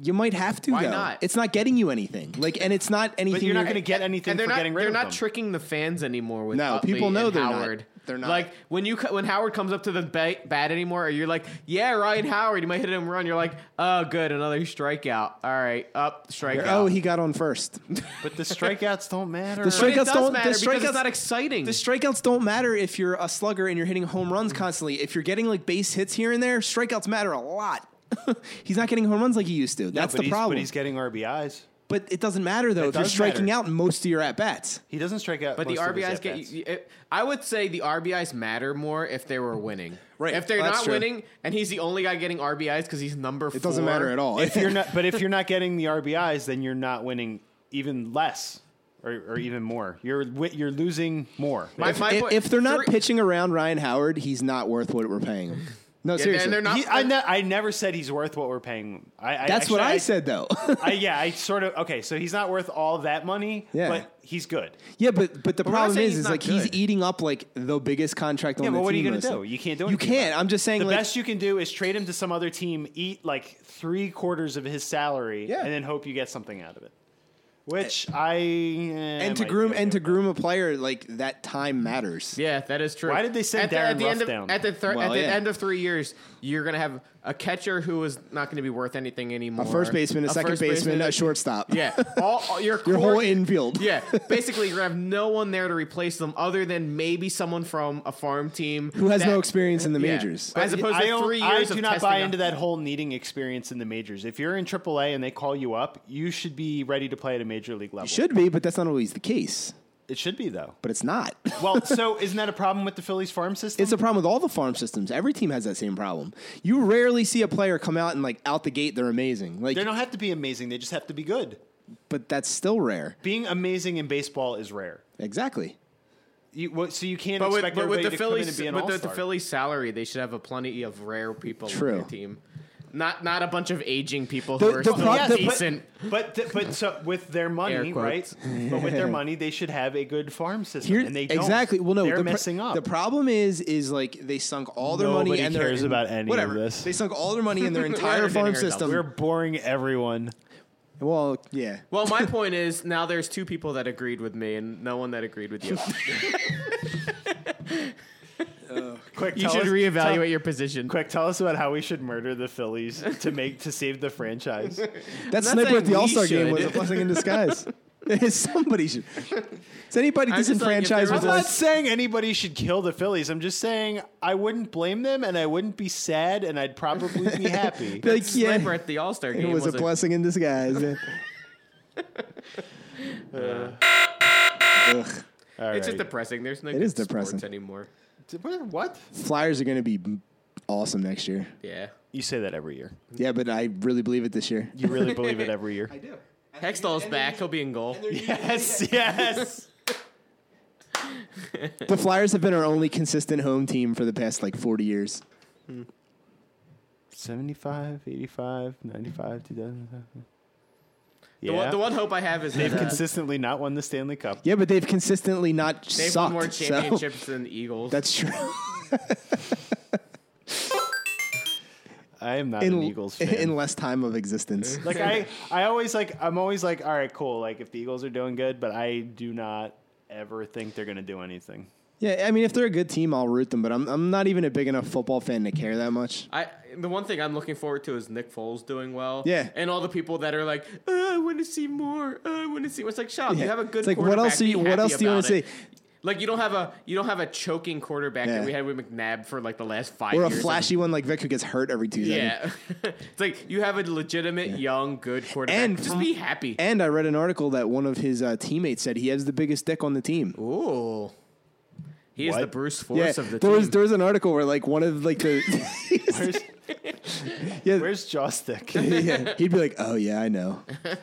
Speaker 3: You might have to.
Speaker 2: Why
Speaker 3: though.
Speaker 2: not?
Speaker 3: It's not getting you anything. Like, and it's not anything.
Speaker 1: But you're not
Speaker 3: gonna
Speaker 1: going to get anything
Speaker 2: and they're
Speaker 1: for
Speaker 2: not
Speaker 1: getting rid
Speaker 2: they're
Speaker 1: of
Speaker 2: not
Speaker 1: them.
Speaker 2: tricking the fans anymore with
Speaker 3: No,
Speaker 2: Utley
Speaker 3: people know
Speaker 2: and
Speaker 3: they're not.
Speaker 2: Howard.
Speaker 3: They're not.
Speaker 2: like when you co- when Howard comes up to the ba- bat anymore, or you're like, yeah, Ryan Howard, you might hit him run. You're like, oh, good, another strikeout. All right, up strikeout.
Speaker 3: Oh, he got on first.
Speaker 1: but the strikeouts don't matter.
Speaker 3: The
Speaker 2: But it
Speaker 3: strikeouts
Speaker 2: does
Speaker 3: don't- the
Speaker 2: matter because
Speaker 3: strikeouts-
Speaker 2: it's not exciting.
Speaker 3: The strikeouts don't matter if you're a slugger and you're hitting home runs constantly. If you're getting like base hits here and there, strikeouts matter a lot. he's not getting home runs like he used to.
Speaker 1: No,
Speaker 3: That's
Speaker 1: but
Speaker 3: the
Speaker 1: he's-
Speaker 3: problem.
Speaker 1: But he's getting RBIs.
Speaker 3: But it doesn't matter though
Speaker 1: It
Speaker 3: if you're
Speaker 1: does
Speaker 3: striking
Speaker 1: matter.
Speaker 3: out most of your at bats.
Speaker 1: He doesn't strike out.
Speaker 2: but the
Speaker 1: most of his
Speaker 2: RBIs get.
Speaker 1: at-bats.
Speaker 2: You, it, I would say the RBIs matter more if they were winning.
Speaker 3: Right,
Speaker 2: If they're
Speaker 3: well, that's
Speaker 2: not
Speaker 3: true.
Speaker 2: winning, and he's the only guy getting RBIs because he's number four.
Speaker 3: It doesn't matter at all.
Speaker 1: if you're not, but if you're not getting the RBIs, then you're not winning even less or, or even more. You're wi- you're losing more.
Speaker 2: My-
Speaker 1: If-
Speaker 2: my
Speaker 3: if,
Speaker 2: point-
Speaker 3: if they're not
Speaker 2: three-
Speaker 3: pitching around Ryan Howard, he's not worth what we're paying him. No,
Speaker 2: and
Speaker 3: seriously.
Speaker 2: they're not-
Speaker 1: he- I, ne- I never said he's worth what we're paying. him. I, I
Speaker 3: That's
Speaker 1: actually,
Speaker 3: what I, said though.
Speaker 1: I, yeah, I sort of okay. So he's not worth all that money.
Speaker 3: Yeah.
Speaker 1: but he's good.
Speaker 3: yeah, but but the
Speaker 2: we're not
Speaker 3: problem
Speaker 2: saying
Speaker 3: is
Speaker 2: he's
Speaker 3: is
Speaker 2: not
Speaker 3: like he's
Speaker 2: good.
Speaker 3: eating up like the biggest contract
Speaker 1: Yeah,
Speaker 3: on the
Speaker 1: but what are you
Speaker 3: team
Speaker 1: going to do?
Speaker 3: mostly.
Speaker 1: You can't do
Speaker 3: You
Speaker 1: anything.
Speaker 3: can't.
Speaker 1: about it.
Speaker 3: I'm just saying
Speaker 1: The
Speaker 3: like
Speaker 1: best you can do is trade him to some other team, eat like three quarters of his salary,
Speaker 3: Yeah.
Speaker 1: and then hope you get something out of it. Which I and
Speaker 3: and to groom and to groom a player like that time matters.
Speaker 2: Yeah, that is true.
Speaker 1: Why did they send
Speaker 2: at the,
Speaker 1: Darren
Speaker 2: at the
Speaker 1: Ruff
Speaker 2: end of,
Speaker 1: down?
Speaker 2: At the, thir-
Speaker 3: Well,
Speaker 2: at the
Speaker 3: yeah.
Speaker 2: end of three years, you're going to have a catcher who is not going to be worth anything anymore.
Speaker 3: A first baseman, a, second
Speaker 2: first
Speaker 3: baseman, a shortstop.
Speaker 2: Yeah, all, all your core-
Speaker 3: Your whole infield.
Speaker 2: Yeah, basically, you're going to have no one there to replace them other than maybe someone from a farm team
Speaker 3: Who has
Speaker 2: that-
Speaker 3: no experience in the
Speaker 2: Yeah.
Speaker 3: majors.
Speaker 2: As opposed
Speaker 1: I
Speaker 2: to
Speaker 1: don't-
Speaker 2: three
Speaker 1: I
Speaker 2: years
Speaker 1: do
Speaker 2: of
Speaker 1: not
Speaker 2: testing
Speaker 1: buy
Speaker 2: out-
Speaker 1: into that whole needing experience in the majors. If you're in AAA and they call you up, you should be ready to play at a major league level.
Speaker 3: Should be, but that's not always the case.
Speaker 1: It should be though.
Speaker 3: But it's not.
Speaker 1: Well, so isn't that a problem with the Phillies farm system?
Speaker 3: It's a problem with all the farm systems. Every team has that same problem. You rarely see a player come out and like out the gate they're amazing. Like
Speaker 1: they don't have to be amazing. They just have to be good.
Speaker 3: but that's still rare.
Speaker 1: Being amazing in baseball is rare.
Speaker 3: Exactly.
Speaker 1: You, well, so you can't
Speaker 2: But with,
Speaker 1: expect
Speaker 2: but with
Speaker 1: everybody to
Speaker 2: the
Speaker 1: come in and
Speaker 2: Phillies,
Speaker 1: be an
Speaker 2: with the, the
Speaker 1: all-star.
Speaker 2: Phillies salary, they should have a plenty of rare people on
Speaker 3: True.
Speaker 2: their team. Not not a bunch of aging people
Speaker 3: The-
Speaker 2: who are
Speaker 3: the
Speaker 2: still
Speaker 3: pro- the-
Speaker 2: decent.
Speaker 1: But th- but so with their money,
Speaker 2: Air
Speaker 1: right?
Speaker 2: quotes.
Speaker 1: but with their money, they should have a good farm system,
Speaker 3: Here,
Speaker 1: and they don't.
Speaker 3: exactly. Well, no,
Speaker 1: they're
Speaker 3: the pro-
Speaker 1: messing up.
Speaker 3: The problem is, is like they sunk all their money
Speaker 1: Nobody
Speaker 3: and their
Speaker 1: cares about any of
Speaker 3: whatever.
Speaker 1: this.
Speaker 3: They sunk all their money in their
Speaker 2: We're
Speaker 3: entire farm
Speaker 2: entertaining ourselves.
Speaker 3: system.
Speaker 1: We're boring everyone.
Speaker 3: well, yeah.
Speaker 2: Well, my point is now there's two people that agreed with me and no one that agreed with you.
Speaker 1: Quick,
Speaker 2: you
Speaker 1: tell
Speaker 2: should
Speaker 1: us-
Speaker 2: reevaluate
Speaker 1: tell-
Speaker 2: your position.
Speaker 1: Quick, tell us about how we should murder the Phillies to make to save the franchise.
Speaker 3: That
Speaker 2: not
Speaker 3: sniper
Speaker 2: saying
Speaker 3: at the
Speaker 2: we
Speaker 3: All Star game
Speaker 2: should.
Speaker 3: was a blessing in disguise. Somebody should. Is anybody
Speaker 2: I'm just like, if there was
Speaker 3: disenfranchised
Speaker 1: I'm
Speaker 3: with
Speaker 2: a-
Speaker 1: not
Speaker 3: us?
Speaker 1: saying anybody should kill the Phillies. I'm just saying I wouldn't blame them, and I wouldn't be sad, and I'd probably be happy.
Speaker 3: Like, yeah,
Speaker 2: Slammer at the All Star
Speaker 3: it
Speaker 2: game.
Speaker 3: was a
Speaker 2: wasn't
Speaker 3: blessing in disguise. man. Ugh.
Speaker 1: All
Speaker 2: It's just
Speaker 1: right.
Speaker 2: depressing. There's no.
Speaker 3: It is
Speaker 2: good sports
Speaker 3: depressing.
Speaker 2: anymore.
Speaker 1: What- what?
Speaker 3: Flyers are going to be awesome next year.
Speaker 2: Yeah.
Speaker 1: You say that every year.
Speaker 3: Yeah, but I really believe it this year.
Speaker 1: You really believe it every year.
Speaker 4: I do. And
Speaker 2: Hextall's
Speaker 4: and
Speaker 2: back. He'll be in goal.
Speaker 4: they're usually-
Speaker 1: Yes, yes.
Speaker 3: The Flyers have been our only consistent home team for the past like 40 years.
Speaker 1: 75, 85, 95, 2000.
Speaker 2: The, one,
Speaker 1: Yeah.
Speaker 2: the one hope I have is
Speaker 1: They've
Speaker 2: that, uh,
Speaker 1: consistently not won the Stanley Cup.
Speaker 3: Yeah, but they've consistently not
Speaker 2: they've
Speaker 3: sucked.
Speaker 2: won more
Speaker 3: so
Speaker 2: championships than the Eagles.
Speaker 3: that's true.
Speaker 1: I am not
Speaker 3: in,
Speaker 1: an Eagles fan.
Speaker 3: in less time of existence.
Speaker 1: like I, I always like I'm always like, all right, cool. Like if the Eagles are doing good, but I do not ever think they're gonna do anything.
Speaker 3: yeah, I mean, if they're a good team, I'll root them, but I'm, I'm not even a big enough football fan to care that much.
Speaker 2: I the one thing I'm looking forward to is Nick Foles doing well.
Speaker 3: Yeah.
Speaker 2: and all the people that are like, "Uh, I want to see more. Uh, I want to see. It's like, shut up. You have a good.
Speaker 3: It's like, what
Speaker 2: quarterback.
Speaker 3: else do
Speaker 2: Be
Speaker 3: you- what
Speaker 2: happy
Speaker 3: else do you
Speaker 2: about
Speaker 3: wanna
Speaker 2: it. Like you don't have a you don't have a choking quarterback
Speaker 3: Yeah.
Speaker 2: that we had with McNabb for like the last five
Speaker 3: Or a
Speaker 2: years.
Speaker 3: flashy one like Vic who gets hurt every two seconds.
Speaker 2: Yeah, it's like you have a legitimate young good quarterback.
Speaker 3: And
Speaker 2: just
Speaker 3: from-
Speaker 2: be happy.
Speaker 3: And I read an article that one of his uh, teammates said he has the biggest dick on the team.
Speaker 2: Ooh, he is
Speaker 1: What?
Speaker 2: the Bruce
Speaker 3: Yeah,
Speaker 2: Force of the
Speaker 3: there was
Speaker 2: team.
Speaker 3: there was an article where like one of like the
Speaker 1: Where's,
Speaker 3: yeah,
Speaker 1: where's Jostick?
Speaker 3: yeah he'd be like, oh yeah, I know.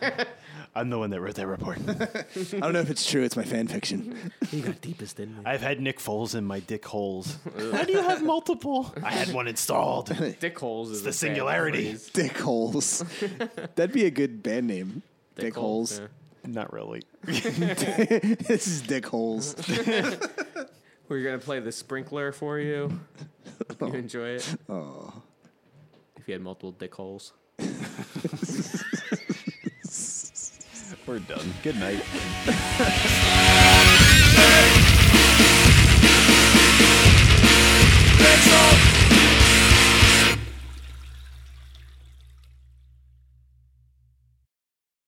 Speaker 1: I'm the one that wrote that report.
Speaker 3: I don't know if it's true. It's my fan fiction.
Speaker 2: he got deepest in there.
Speaker 1: I've had Nick Foles in my dick holes. How do you have multiple? I had one installed.
Speaker 2: Dick holes is
Speaker 1: the
Speaker 2: a bad
Speaker 1: singularity.
Speaker 2: phrase.
Speaker 3: Dick holes. That'd be a good band name. Dick, holes.
Speaker 2: yeah.
Speaker 1: Not really.
Speaker 3: this is dick holes.
Speaker 2: We're gonna play the sprinkler for you. Hope you enjoy it.
Speaker 3: Oh.
Speaker 2: If you had multiple dick holes.
Speaker 1: We're done. Good night.
Speaker 5: That's all.